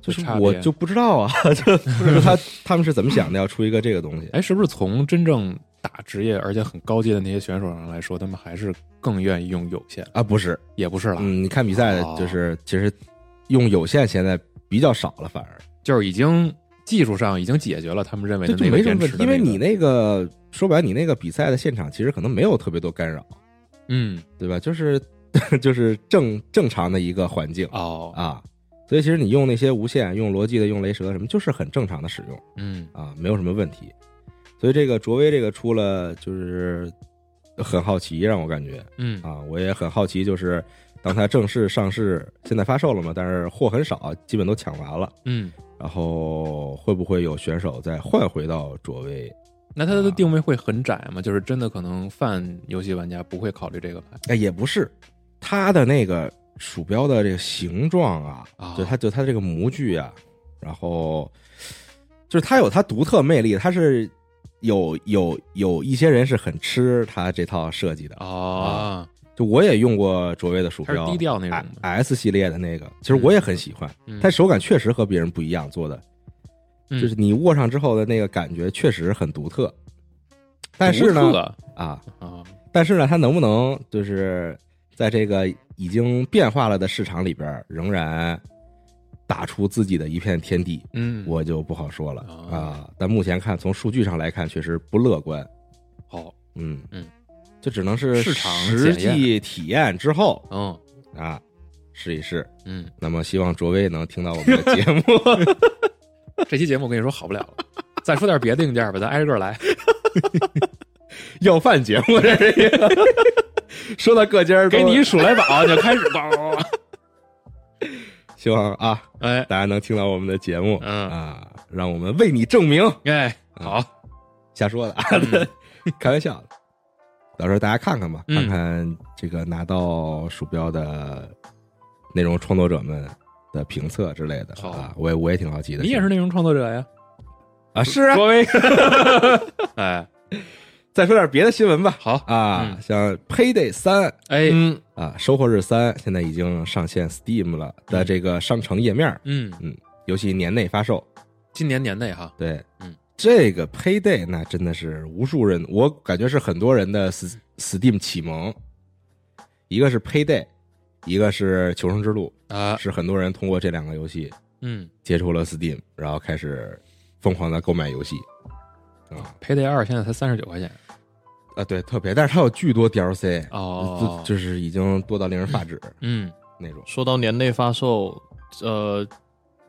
Speaker 4: 就是
Speaker 5: 差别
Speaker 4: 我就不知道啊，就不知道他他们是怎么想的，要出一个这个东西。
Speaker 5: 哎，是不是从真正打职业而且很高阶的那些选手上来说，他们还是更愿意用有线？
Speaker 4: 啊，不是，
Speaker 5: 也不是了，
Speaker 4: 嗯，你看比赛
Speaker 5: 哦
Speaker 4: 就是其实用有线现在比较少了，反而。
Speaker 5: 就是已经技术上已经解决了他们认为
Speaker 4: 这
Speaker 5: 的
Speaker 4: 就
Speaker 5: 那个
Speaker 4: 没什么
Speaker 5: 延
Speaker 4: 问
Speaker 5: 迟
Speaker 4: 题，
Speaker 5: 的
Speaker 4: 因
Speaker 5: 那个
Speaker 4: 为你那个说白，了，你那个比赛的现场其实可能没有特别多干扰，
Speaker 5: 嗯
Speaker 4: 对吧？就是 就是正正常的一个环境
Speaker 5: 哦
Speaker 4: 啊，所以其实你用那些无线、用罗技的、用雷蛇什么，就是很正常的使用
Speaker 5: 嗯
Speaker 4: 啊，没有什么问题。所以这个卓威这个出了，就是很好奇，让我感觉
Speaker 5: 嗯
Speaker 4: 啊，我也很好奇，就是当它正式上市，现在发售了嘛，但是货很少，基本都抢完了，
Speaker 5: 嗯，
Speaker 4: 然后会不会有选手再换回到卓威？
Speaker 5: 那它的定位会很窄吗？就是真的可能泛游戏玩家不会考虑这个牌
Speaker 4: 哎，也不是，它的那个鼠标的这个形状啊，
Speaker 5: 啊
Speaker 4: 就它就它这个模具啊，然后就是它有它独特魅力，它是有有有一些人是很吃它这套设计的。啊
Speaker 5: 哦，
Speaker 4: 就我也用过卓威的鼠
Speaker 5: 它是
Speaker 4: 标，
Speaker 5: 低调那种
Speaker 4: I- S 系列的那个，其实我也很喜欢，
Speaker 5: 嗯
Speaker 4: 它手感确实和别人不一样做的，
Speaker 5: 嗯
Speaker 4: 就是你握上之后的那个感觉确实很独特。但是
Speaker 5: 独
Speaker 4: 呢，
Speaker 5: 特
Speaker 4: 啊，
Speaker 5: 啊，
Speaker 4: 但是呢，它能不能就是在这个已经变化了的市场里边儿，仍然打出自己的一片天地，
Speaker 5: 嗯，
Speaker 4: 我就不好说了
Speaker 5: 哦
Speaker 4: 啊。但目前看，从数据上来看，确实不乐观。
Speaker 5: 好，
Speaker 4: 嗯
Speaker 5: 嗯，
Speaker 4: 这只能是
Speaker 5: 市场
Speaker 4: 实
Speaker 5: 检
Speaker 4: 际体验之后
Speaker 5: 嗯
Speaker 4: 啊，试一试。
Speaker 5: 嗯，
Speaker 4: 那么，希望卓威能听到我们的节目。
Speaker 5: 这期节目我跟你说好不了了， 再说点别的硬件吧，咱挨个来。
Speaker 4: 要饭节目这是 一个，说到各家儿都
Speaker 5: 给你一数来宝就开始吧。
Speaker 4: 希望啊，
Speaker 5: 哎
Speaker 4: 大家能听到我们的节目，
Speaker 5: 嗯
Speaker 4: 啊，让我们为你证明。
Speaker 5: 哎，好，
Speaker 4: 瞎说的，啊， 开玩笑的。到时候大家看看吧，
Speaker 5: 嗯
Speaker 4: 看看这个拿到鼠标的内容创作者们的评测之类的
Speaker 5: 好
Speaker 4: 啊，我也我也挺好奇的。
Speaker 5: 你也是内容创作者呀，
Speaker 4: 啊？是啊。
Speaker 5: 卓威。哎，
Speaker 4: 再说点别的新闻吧
Speaker 5: 好，
Speaker 4: 啊，
Speaker 5: 嗯
Speaker 4: 像 Payday 三
Speaker 5: 哎，
Speaker 6: 嗯，
Speaker 4: 啊，收获日三现在已经上线 Steam 了的这个商城页面，
Speaker 5: 嗯，
Speaker 4: 游戏年内发售。
Speaker 5: 今年年内哈，
Speaker 4: 对，
Speaker 5: 嗯，
Speaker 4: 这个 Payday 那真的是无数人，我感觉是很多人的 S- Steam 启蒙。一个是 Payday，一个是《求生之路
Speaker 5: 啊》，，
Speaker 4: 是很多人通过这两个游戏
Speaker 5: 嗯，
Speaker 4: 接触了 Steam，然后开始疯狂的购买游戏。啊
Speaker 5: 《Payday 二》现在才三十九块钱
Speaker 4: 啊，对，特别，但是它有巨多 DLC，、
Speaker 7: 啊
Speaker 5: 哦，
Speaker 4: 就就是已经多到令人发指、
Speaker 5: 嗯，
Speaker 4: 那种。
Speaker 7: 说到年内发售，呃，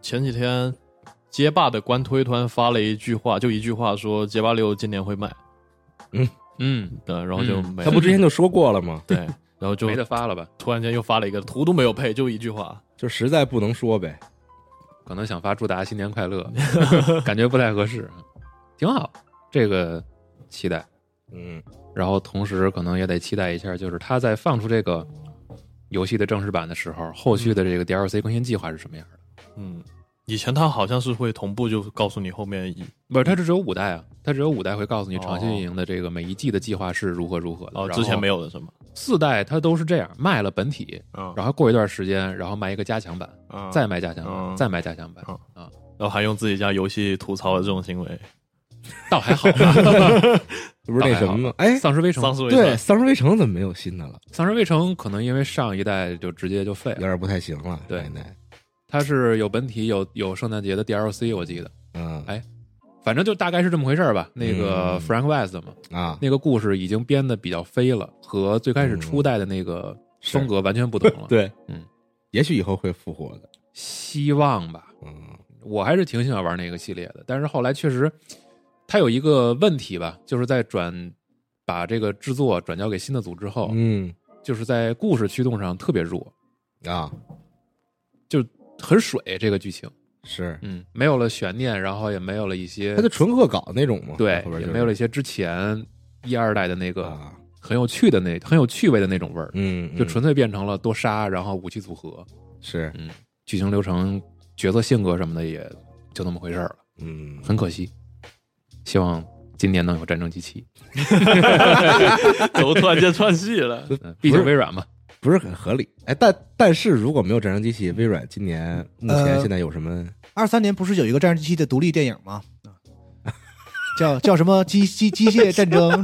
Speaker 7: 前几天街霸的官推突然发了一句话，就一句话说街霸六今年会卖，
Speaker 5: 嗯，
Speaker 7: 对，然后就
Speaker 5: 嗯
Speaker 7: 没了。
Speaker 4: 他不之前就说过了吗？
Speaker 7: 对，然后就
Speaker 5: 没得发了吧？
Speaker 7: 突然间又发了一个图都没有配，就一句话。
Speaker 4: 就实在不能说呗。
Speaker 5: 可能想发祝大家新年快乐， 感觉不太合适，挺好，这个期待。
Speaker 4: 嗯，
Speaker 5: 然后同时可能也得期待一下，就是他在放出这个游戏的正式版的时候，后续的这个 DLC 更新计划是什么样的？
Speaker 7: 嗯，以前它好像是会同步就告诉你后面一
Speaker 5: 不是，它是只有五代啊，它只有五代会告诉你长期运营的这个每一季的计划是如何如何的。
Speaker 7: 哦，之前没
Speaker 5: 有
Speaker 7: 有的是吗？
Speaker 5: 四代，它都是这样卖了本体，
Speaker 7: 嗯
Speaker 5: 然后过一段时间，然后卖一个加强版，
Speaker 7: 啊
Speaker 5: 再卖加强版，
Speaker 7: 嗯
Speaker 5: 再卖加强版，
Speaker 7: 嗯然后还用自己家游戏吐槽了这种行为，
Speaker 5: 倒还 好吧。
Speaker 4: 这不是那什么吗？哎，
Speaker 5: 丧尸围城，
Speaker 7: 丧尸围
Speaker 4: 对，《
Speaker 7: 城
Speaker 4: 丧尸围城》怎么没有新的了？
Speaker 5: 丧尸围城可能因为上一代就直接就废
Speaker 4: 有
Speaker 5: 了，
Speaker 4: 点不太行了。
Speaker 5: 对
Speaker 4: 奶奶，
Speaker 5: 它是有本体，有有圣诞节的 DLC，我记得。
Speaker 4: 嗯，
Speaker 5: 哎反正就大概是这么回事儿吧。那
Speaker 4: 嗯
Speaker 5: 个 Frank West 嘛，
Speaker 4: 啊，
Speaker 5: 那个故事已经编的比较飞了，和最
Speaker 7: 嗯
Speaker 5: 开始初代的那个风格完全不同了。，
Speaker 4: 对，
Speaker 5: 嗯，
Speaker 4: 也许以后会复活的。
Speaker 5: 希望吧，
Speaker 4: 嗯，
Speaker 5: 我还是挺喜欢玩那个系列的。但是后来确实，它有一个问题吧，就是在转把这个制作转交给新的组之后，
Speaker 4: 嗯
Speaker 5: 就是在故事驱动上特别弱，
Speaker 4: 啊，
Speaker 5: 很水这个剧情，
Speaker 4: 是，
Speaker 5: 嗯，没有了悬念，然后也没有了一些
Speaker 4: 他就纯恶搞那种嘛。
Speaker 5: 嗯对
Speaker 4: 后，边
Speaker 5: 也
Speaker 4: 就是
Speaker 5: 没有了一些之前一二代的那个
Speaker 4: 啊，
Speaker 5: 很有趣的那很有趣味的那种味儿。
Speaker 4: 嗯，嗯
Speaker 5: 就纯粹变成了多杀，然后武器组合、
Speaker 4: 是，
Speaker 5: 剧情流程、角色性格什么的，也就那么回事儿了，
Speaker 4: 嗯，
Speaker 5: 很可惜。希望今年能有战争机器，
Speaker 7: 怎么突然间串戏了？
Speaker 5: 嗯毕竟微软嘛，
Speaker 4: 不是很合理。哎，但但是如果没有战争机器，微软今年目前
Speaker 6: 呃
Speaker 4: 现在有什么？
Speaker 6: 二三年不是有一个《战争机器》的独立电影吗？啊叫叫什么机机机械战争？ 《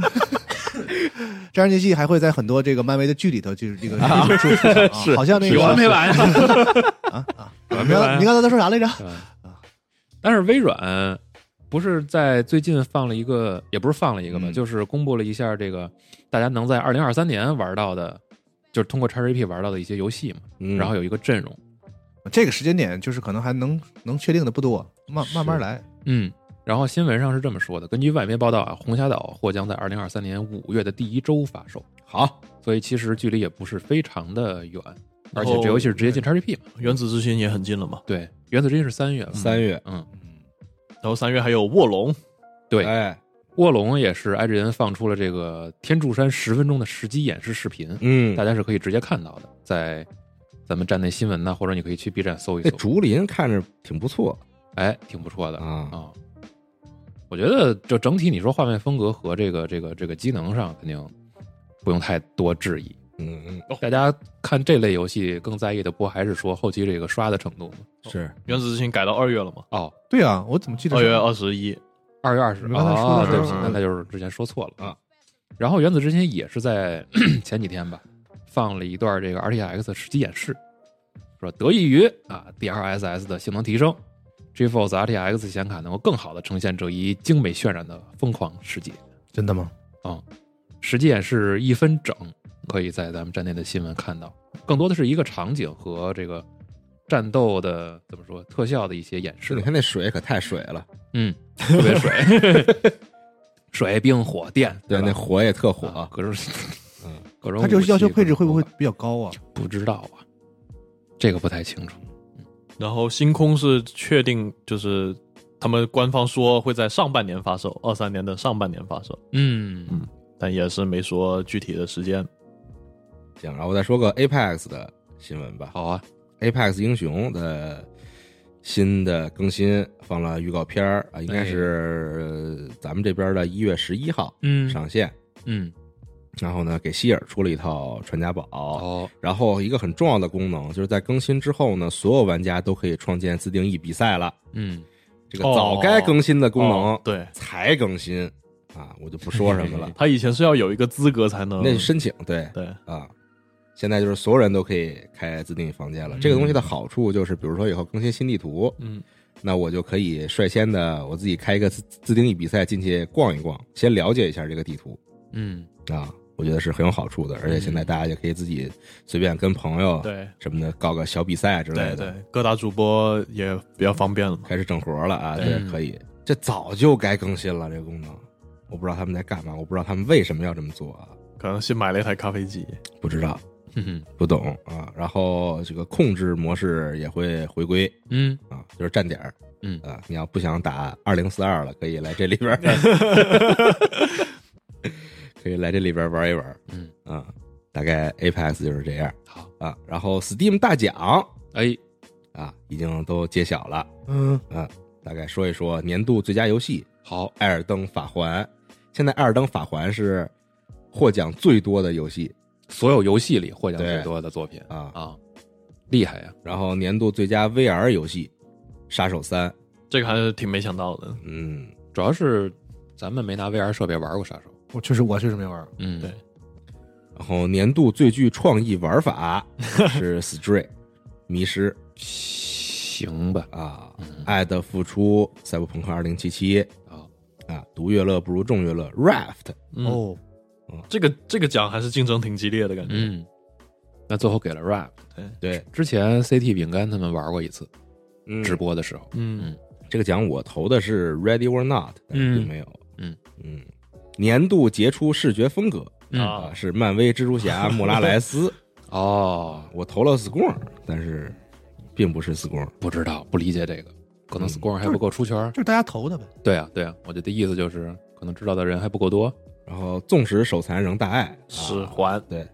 Speaker 6: 战争机器》还会在很多这个漫威的剧里头，就是这个出出场啊好像那 个
Speaker 5: 有完没完呀？
Speaker 6: 啊啊！你刚你刚才在说啥来着？
Speaker 5: 但是微软不是在最近放了一个，也不是放了一个吧，
Speaker 4: 嗯
Speaker 5: 就是公布了一下这个大家能在二零二三年玩到的，就是通过 XGP 玩到的一些游戏嘛。
Speaker 4: 嗯
Speaker 5: 然后有一个阵容，
Speaker 6: 这个时间点就是可能还能能确定的不多，慢慢慢来。
Speaker 5: 嗯，然后新闻上是这么说的：根据外媒报道啊，红霞岛或将在二零二三年五月的第一周发售，
Speaker 4: 好，
Speaker 5: 所以其实距离也不是非常的远，而
Speaker 7: 然
Speaker 5: 且
Speaker 4: 哦
Speaker 7: 后
Speaker 5: 这游戏是直接进 XGP 嘛？
Speaker 7: 原子之心也很近了嘛，
Speaker 5: 对，原子之心是三月嘛，
Speaker 4: 三月，
Speaker 5: 嗯，
Speaker 7: 然后三月还有卧龙，
Speaker 5: 对
Speaker 4: 哎，
Speaker 5: 卧龙也是 IGN 放出了这个天柱山十分钟的实机演示视频，
Speaker 4: 嗯
Speaker 5: 大，家是可以直接看到的，在咱们站内新闻呢，或者你可以去 B 站搜一
Speaker 4: 那
Speaker 5: 搜，
Speaker 4: 竹林看着挺不错
Speaker 5: 哎，挺不错的
Speaker 4: 啊
Speaker 5: 啊。我觉得就整体你说画面风格和这个这个这个机能上肯定不用太多质疑，
Speaker 4: 嗯嗯，
Speaker 5: 大家看这类游戏更在意的不还是说后期这个刷的程度吗？
Speaker 4: 是，
Speaker 7: 原子之心改到二月了嘛？
Speaker 5: 哦，
Speaker 6: 对啊，我怎么记得
Speaker 7: 二
Speaker 6: 是
Speaker 7: 月二十一，
Speaker 5: 二月二十
Speaker 6: 你刚才说
Speaker 5: 啊，
Speaker 6: 的是
Speaker 5: 对不起
Speaker 6: 嗯，
Speaker 5: 那那就是之前说错了
Speaker 4: 啊。
Speaker 5: 然后《原子之心》也是在 前几天吧，放了一段这个 RTX 实际演示，说得益于啊 DLSS 的性能提升，GeForce RTX 显卡能够更好的呈现这一精美渲染的疯狂世界。啊
Speaker 6: 真的吗？
Speaker 5: 实际演示一分整，可以在咱们站内的新闻看到，更多的是一个场景和这个战斗的怎么说特效的一些演示
Speaker 4: 是，你
Speaker 5: 吧。
Speaker 4: 看那水可太水了，
Speaker 5: 嗯，特别水， 水、冰、火、电，
Speaker 4: 对，
Speaker 5: 吧
Speaker 4: 那火也特火，
Speaker 5: 啊，各种，
Speaker 4: 嗯，
Speaker 5: 各种武器。
Speaker 6: 它这个要求配置会不会
Speaker 5: 各种
Speaker 6: 比较高啊？
Speaker 5: 方法不知道啊？这个不太清楚。
Speaker 7: 然后星空是确定就是他们官方说会在上半年发售，二三年的上半年发售，
Speaker 5: 嗯
Speaker 7: 但也是没说具体的时间。
Speaker 4: 行，然后我再说个 Apex 的新闻吧。
Speaker 5: 好啊，
Speaker 4: Apex 英雄的新的更新放了预告片儿啊，应该是呃咱们这边的一月十一号
Speaker 5: 嗯
Speaker 4: 上线。
Speaker 5: 嗯，
Speaker 4: 然后呢，给希尔出了一套传家宝。
Speaker 5: 哦，
Speaker 4: 然后一个很重要的功能就是在更新之后呢，所有玩家都可以创建自定义比赛了。
Speaker 5: 嗯，
Speaker 4: 这个早该更新的功
Speaker 7: 哦
Speaker 4: 能
Speaker 7: 对。
Speaker 4: 才更新 啊，我就不说什么了
Speaker 7: 他以前是要有一个资格才能
Speaker 4: 那申请对
Speaker 7: 对，
Speaker 4: 啊，现在就是所有人都可以开自定义房间了。这个东西的
Speaker 7: 嗯
Speaker 4: 好处就是，比如说以后更新新地图，
Speaker 5: 嗯，
Speaker 4: 那我就可以率先的我自己开一个自自定义比赛进去逛一逛，先了解一下这个地图
Speaker 5: 嗯，
Speaker 4: 啊，我觉得是很有好处的。而且现在大家就可以自己随便跟朋友
Speaker 7: 嗯对
Speaker 4: 什么的搞个小比赛之类
Speaker 7: 对
Speaker 4: 的
Speaker 7: 对，，各大主播也比较方便了嘛。
Speaker 4: 开始整活了啊，
Speaker 7: 对
Speaker 4: 对，可以。这早就该更新了，这个功能，我不知道他们在干嘛，我不知道他们为什么要这么做啊，
Speaker 7: 可能新买了一台咖啡机，
Speaker 4: 不知道，
Speaker 5: 嗯
Speaker 4: 不懂啊。然后这个控制模式也会回归
Speaker 5: 嗯
Speaker 4: 啊，就是站点儿，
Speaker 5: 嗯
Speaker 4: 啊，你要不想打二零四二了，可以来这里边儿， 可以来这里边儿玩一玩，
Speaker 5: 嗯
Speaker 4: 啊，大概 Apex 就是这样
Speaker 5: 好
Speaker 4: 啊。然后 Steam 大奖
Speaker 5: 哎，
Speaker 4: 啊，已经都揭晓了，啊
Speaker 6: 嗯，
Speaker 4: 大概说一说年度最佳游戏。
Speaker 5: 好，
Speaker 4: 《艾尔登法环》。现在《艾尔登法环》是获奖最多的游戏
Speaker 5: 所有游戏里获奖最多的作品
Speaker 4: 啊，
Speaker 5: 啊，厉害啊呀！
Speaker 4: 然后年度最佳 VR 游戏《杀手三》，
Speaker 7: 这个还是挺没想到的。
Speaker 4: 嗯，
Speaker 5: 主要是咱们没拿 VR 设备玩过杀手，
Speaker 6: 我确实我确实没玩儿，
Speaker 5: 嗯，
Speaker 7: 对
Speaker 4: 然后年度最具创意玩 法是《Stray》迷失
Speaker 5: 行吧，
Speaker 4: 啊，
Speaker 5: 嗯
Speaker 4: 爱的付出》《赛博朋克2077》
Speaker 5: 啊，
Speaker 4: 啊，独乐乐不如众乐乐，《Raft》
Speaker 7: 嗯
Speaker 6: 哦，
Speaker 7: 这个这个奖还是竞争挺激烈的感觉。
Speaker 5: 嗯，那最后给了 rap。
Speaker 4: 对，
Speaker 5: 之前 CT 饼干他们玩过一次
Speaker 4: 嗯
Speaker 5: 直播的时候，
Speaker 7: 嗯
Speaker 4: 这个奖我投的是《Ready or Not》，但是并
Speaker 5: 嗯
Speaker 4: 没有，
Speaker 5: 嗯
Speaker 4: 嗯，年度杰出视觉风格，
Speaker 5: 嗯
Speaker 7: 啊
Speaker 4: 啊，，是漫威蜘蛛 侠莫拉莱斯。
Speaker 5: 哦，
Speaker 4: 我投了 Scorn，但是并不是 Scorn。
Speaker 5: 不知道，不理解这个，可
Speaker 4: 嗯
Speaker 5: 能 score 还不够出圈儿。
Speaker 6: 就是大家投的呗。
Speaker 5: 对啊，对啊，我觉得意思就是可能知道的人还不够多。
Speaker 4: 然后纵使手残仍大爱，啊
Speaker 7: 十环
Speaker 4: 对，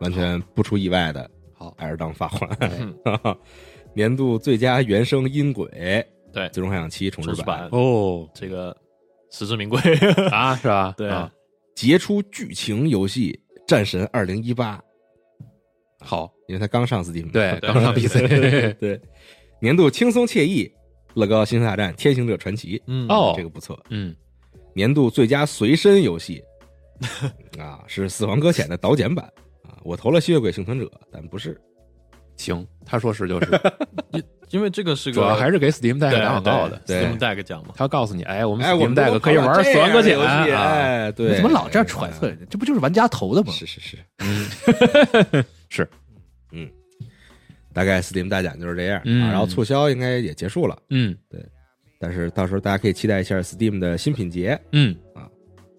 Speaker 4: 完全不出意外的
Speaker 5: 好，
Speaker 4: 艾尔当法环。
Speaker 5: 哎
Speaker 4: 年度最佳原声音轨，
Speaker 7: 对
Speaker 4: 最终幻想七》重
Speaker 7: 重
Speaker 4: 制
Speaker 7: 制版
Speaker 5: 哦
Speaker 7: 这个实至名归
Speaker 5: 啊，是吧？
Speaker 7: 对
Speaker 5: 啊，
Speaker 4: 杰出剧情游戏《战神二零一八》，
Speaker 5: 好，
Speaker 4: 因为它刚上 Steam，
Speaker 5: 对，
Speaker 7: 对
Speaker 5: 刚上 PC
Speaker 4: 对。年度轻松惬意，《乐高星球大战：天行者传奇》啊
Speaker 7: 嗯
Speaker 5: 哦
Speaker 4: 这，个不错。
Speaker 5: 嗯，
Speaker 4: 年度最佳随身游 戏啊，是《死亡搁浅》的导剪版啊。我投了《吸血鬼幸存者》，但不是。
Speaker 5: 行，他说是 就是，
Speaker 7: 因为这个是个
Speaker 5: 主要还是给 Steam 带
Speaker 7: 对
Speaker 5: 打广告的。
Speaker 4: 对
Speaker 7: Steam 带个奖嘛。
Speaker 5: 他告诉你，哎，我们
Speaker 4: 哎，我
Speaker 5: Steam
Speaker 4: 们
Speaker 5: 带个可以玩《死亡搁浅》啊，
Speaker 4: 哎，对，
Speaker 6: 你怎么老这样揣测人家？这不就是玩家投
Speaker 5: 嗯
Speaker 6: 的吗？
Speaker 4: 是是是，
Speaker 5: 是，
Speaker 4: 嗯，大概 Steam 大奖就是这样、
Speaker 5: 嗯
Speaker 4: 啊。然后促销应该也结束了，
Speaker 5: 嗯
Speaker 4: 但是到时候大家可以期待一下 Steam 的新品节，
Speaker 5: 嗯。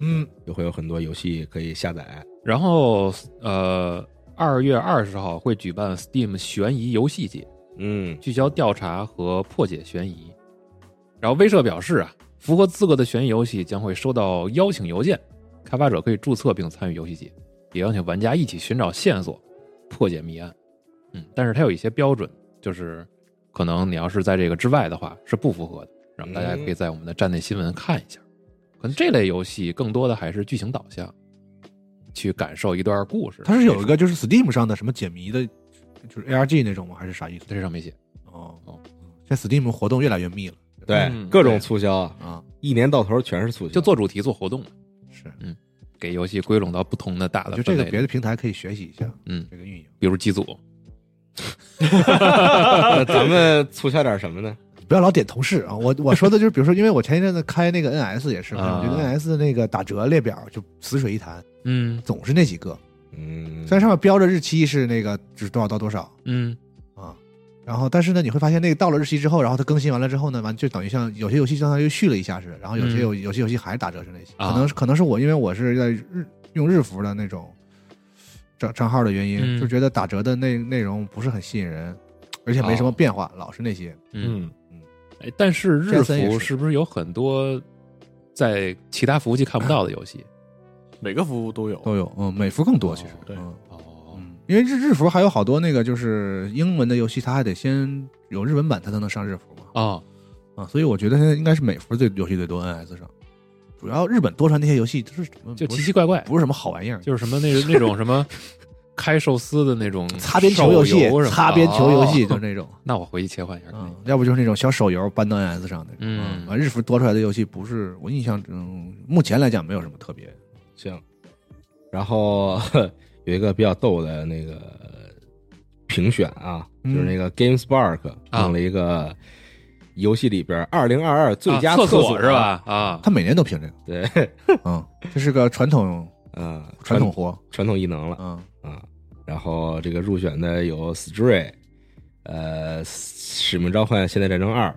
Speaker 6: 嗯，
Speaker 4: 又会有很多游戏可以下载。
Speaker 5: 然后呃，二月二十号会举办 Steam 悬疑游戏节，
Speaker 4: 嗯
Speaker 5: 聚焦调查和破解悬疑。然后威社表示啊，符合资格的悬疑游戏将会收到邀请邮件，开发者可以注册并参与游戏节，也邀请玩家一起寻找线索，破解谜案。嗯，但是它有一些标准，就是可能你要是在这个之外的话是不符合的。然后大
Speaker 6: 嗯
Speaker 5: 家可以在我们的站内新闻看一下。可能这类游戏更多的还是剧情导向，去感受一段故事。
Speaker 6: 它是有一个就是 Steam 上的什么解谜的，就是 ARG 那种吗？还是啥意思？
Speaker 5: 这上面写，
Speaker 6: 哦
Speaker 5: 哦，
Speaker 6: 现在 Steam 活动越来越密了
Speaker 4: 对，
Speaker 7: 嗯
Speaker 4: 各种促销啊，
Speaker 6: 啊，
Speaker 4: 一年到头全是促销，
Speaker 5: 就做主题做活动嘛，
Speaker 6: 是。
Speaker 5: 给游戏归拢到不同的大
Speaker 6: 我
Speaker 5: 的
Speaker 6: 觉得这
Speaker 5: 分
Speaker 6: 个
Speaker 5: 类里
Speaker 6: 别的平台可以学习一下，
Speaker 5: 嗯，
Speaker 6: 这个运营。
Speaker 5: 比如机组，
Speaker 4: 那 咱们促销点什么呢？
Speaker 6: 不要老点同事啊！我我说的就是，比如说，因为我前一阵子开那个 NS 也是嘛，
Speaker 5: 啊
Speaker 6: 我觉得 NS 的那个打折列表就死水一潭，
Speaker 5: 嗯
Speaker 6: 总是那几个。
Speaker 4: 嗯，
Speaker 6: 虽然上面标着日期是那个就是多少到多少
Speaker 5: 嗯
Speaker 6: 啊，然后但是呢，你会发现那个到了日期之后，然后它更新完了之后呢，完就等于像有些游戏相当于续了一下似的，然后有些有、有些游戏还是打折是那些，
Speaker 5: 嗯啊
Speaker 6: 可能是可能是我因为我是在日用日服的那种账账号的原因，
Speaker 5: 嗯
Speaker 6: 就觉得打折的内内容不是很吸引人，而且没什么
Speaker 5: 哦
Speaker 6: 变化，老是那些。
Speaker 5: 嗯，哎，但是日
Speaker 6: Jensen 也
Speaker 5: 服
Speaker 6: 是
Speaker 5: 是不是有很多在其他服务器看不到的游戏？
Speaker 7: 每个服务都有。
Speaker 6: 都有，嗯，美服更多其实，
Speaker 7: 对
Speaker 6: 嗯
Speaker 5: 哦
Speaker 6: 嗯，因为日日服还有好多那个就是英文的游戏，它还得先有日文版，它才能上日服嘛。
Speaker 5: 哦，
Speaker 6: 啊，所以我觉得现在应该是美服最游戏最多，NS 上。主要日本多出来那些游戏都是什么？
Speaker 5: 就
Speaker 6: 不
Speaker 5: 奇
Speaker 6: 是
Speaker 5: 奇怪怪，
Speaker 6: 不是什么好玩意儿，
Speaker 5: 就是什么那那种什 么开寿司的那种
Speaker 6: 擦边球游戏
Speaker 5: 手什么的，
Speaker 6: 擦边球游戏
Speaker 5: 哦
Speaker 6: 就是 那种，
Speaker 5: 那我回去切换一下。
Speaker 6: 嗯，要不就是那种小手游搬到 NS 上的，
Speaker 5: 嗯
Speaker 6: 啊，日服多出来的游戏不是我印象中，目前来讲没有什么特别，
Speaker 4: 行，然后 有一个比较逗的那个评选啊，
Speaker 6: 嗯
Speaker 4: 就是那个 GameSpark
Speaker 5: 啊
Speaker 4: 弄了一个游戏里边二零二二最佳
Speaker 5: 啊
Speaker 4: 厕
Speaker 5: 厕
Speaker 4: 所
Speaker 5: 是？吧？啊，
Speaker 6: 他每年都评这个，
Speaker 4: 对，
Speaker 6: 嗯，这是个传统
Speaker 4: 嗯，
Speaker 6: 传
Speaker 4: 传
Speaker 6: 统活，
Speaker 4: 传统异能了
Speaker 6: 嗯，
Speaker 4: 啊。然后这个入选的有 Stray，呃，《使命召唤：现代战争二》，《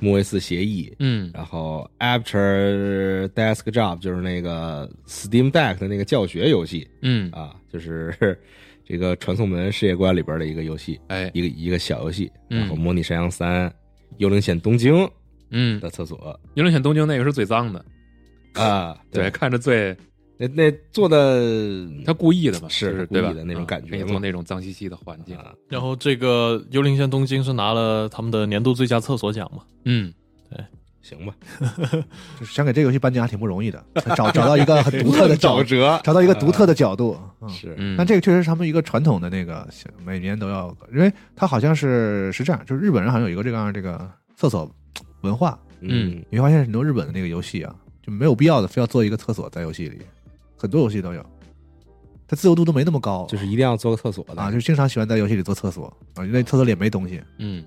Speaker 4: 莫维斯协议》，
Speaker 5: 嗯
Speaker 4: 然后 After Desk Job 就是那个 Steam Deck 的那个教学游戏
Speaker 5: 嗯，
Speaker 4: 啊，就是 这个传送门世界观里边的一个游戏，
Speaker 5: 哎，
Speaker 4: 一个一个小游戏。
Speaker 5: 嗯
Speaker 4: 然后模拟山羊三、幽灵线东京
Speaker 5: 嗯，
Speaker 4: 的厕所
Speaker 5: 英伦选东京那个是最脏的，
Speaker 4: 啊，
Speaker 5: 对，，看着最
Speaker 4: 那那做的
Speaker 5: 他故意的嘛，
Speaker 4: 是
Speaker 5: 就是
Speaker 4: 故
Speaker 5: 对吧
Speaker 4: 意的那种
Speaker 5: 啊
Speaker 4: 感觉
Speaker 5: 给你
Speaker 4: 嘛
Speaker 5: 做那种脏兮兮的环境，
Speaker 4: 啊，
Speaker 7: 然后这个幽灵线东京是拿了他们的年度最佳厕所 奖嘛？
Speaker 5: 嗯，
Speaker 4: 行吧，
Speaker 6: 就是想给这个游戏颁奖还挺不容 易的，找找到一个很独特的角
Speaker 4: 找，辙，
Speaker 6: 找到一个独特的角度，嗯。
Speaker 4: 是
Speaker 5: 嗯，
Speaker 6: 但这个确实是他们一个传统的那个，每年都要，因为它好像是是这样，就是日本人好像有一个这样这个厕所文化，
Speaker 4: 嗯
Speaker 6: 你会发现很多日本的那个游戏啊，就没有必要的非要做一个厕所在游戏里，很多游戏都有，它自由度都没那么高，
Speaker 4: 就是一定要做个厕所的
Speaker 6: 啊，就经常喜欢在游戏里做厕所啊，因为厕所里也没东西，
Speaker 5: 嗯，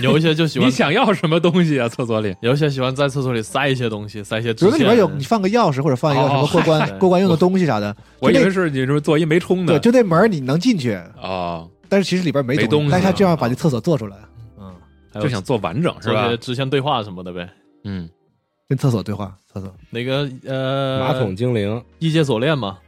Speaker 7: 有一些就喜欢
Speaker 5: 你，想要什么东 西啊？厕所里
Speaker 7: 有一些喜欢在厕所里塞一些东西，塞一些
Speaker 6: 比
Speaker 7: 纸
Speaker 6: 如
Speaker 7: 钱。
Speaker 6: 说里面有你放个钥匙或者放一个什么
Speaker 5: 哦
Speaker 6: 过关
Speaker 7: 嗨
Speaker 6: 过关用的东西啥的，
Speaker 5: 我
Speaker 6: 就
Speaker 5: 以
Speaker 6: 那
Speaker 5: 为是你说做一没冲的，
Speaker 6: 对，就那门儿你能进去，
Speaker 5: 啊，
Speaker 6: 但是其实里边没
Speaker 5: 没东西
Speaker 6: 但是他就要
Speaker 5: 啊
Speaker 6: 把这厕所做出来，嗯，
Speaker 7: 还有
Speaker 5: 就想做完整是
Speaker 7: 做
Speaker 5: 吧
Speaker 7: 些？之前对话什么的呗。
Speaker 5: 嗯，
Speaker 6: 跟厕所对话，厕所
Speaker 7: 那个呃，
Speaker 4: 马桶精灵，
Speaker 7: 异界锁链嘛，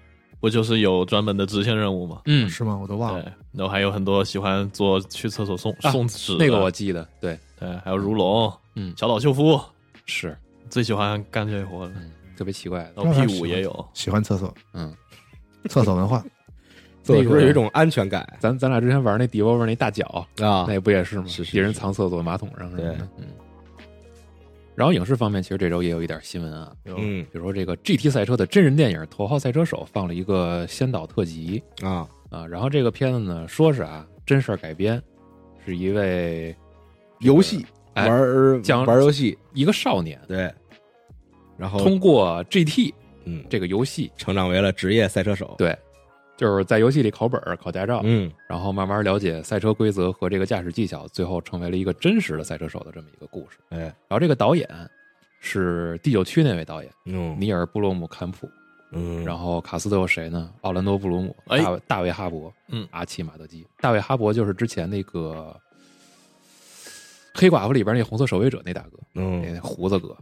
Speaker 7: 不就是有专门的支线任务嘛？
Speaker 5: 嗯，
Speaker 6: 是吗？我都忘
Speaker 7: 对
Speaker 6: 了，，
Speaker 7: 然后还有很多喜欢做去厕所送
Speaker 5: 啊
Speaker 7: 送纸的，
Speaker 5: 那个我记得，对，
Speaker 7: 对，还有如龙，
Speaker 5: 嗯
Speaker 7: 小岛秀夫
Speaker 5: 是，
Speaker 7: 最喜欢干这活了，
Speaker 5: 嗯特别奇怪的，
Speaker 7: 然后 P 五也有，
Speaker 6: 喜欢厕所，
Speaker 5: 嗯，
Speaker 6: 厕所文化，
Speaker 4: 做的时候
Speaker 5: 那个
Speaker 4: 有一种安全感
Speaker 5: 咱咱俩之前玩那 d 窝 v 那大脚，
Speaker 4: 啊
Speaker 5: 那，不也是吗？
Speaker 4: 是是
Speaker 5: 敌人藏厕所马桶上什么的
Speaker 4: 对，
Speaker 5: 嗯。然后影视方面，其实这周也有一点新闻啊，
Speaker 4: 嗯
Speaker 5: 比如说这个 GT 赛车的真人电影《头号赛车手》放了一个先导特辑
Speaker 4: 啊，
Speaker 5: 啊，然后这个片子呢，说是啊真事儿改编，是一位
Speaker 4: 游戏
Speaker 5: 哎
Speaker 4: 玩儿
Speaker 5: 讲
Speaker 4: 玩儿游戏，
Speaker 5: 一个少年
Speaker 4: 对，然后
Speaker 5: 通过 GT
Speaker 4: 哦嗯，
Speaker 5: 这个游戏，
Speaker 4: 成长为了职业赛车手，
Speaker 5: 对，就是在游戏里考本儿、考驾照，
Speaker 4: 嗯
Speaker 5: 然后慢慢了解赛车规则和这个驾驶技巧，最后成为了一个真实的赛车手的这么一个故事。
Speaker 4: 哎
Speaker 5: 然后这个导演是第九区那位导演
Speaker 4: 嗯
Speaker 5: 尼尔·布洛姆坎普，
Speaker 4: 嗯，
Speaker 5: 然后卡斯特有谁呢？奥兰多·布鲁姆、
Speaker 7: 哎
Speaker 5: 大卫大卫·哈勃、
Speaker 7: 嗯
Speaker 5: 阿奇·马德基。大卫·哈勃就是之前那个黑寡妇里边那红色守卫者那大哥，
Speaker 4: 嗯
Speaker 5: 那胡子哥，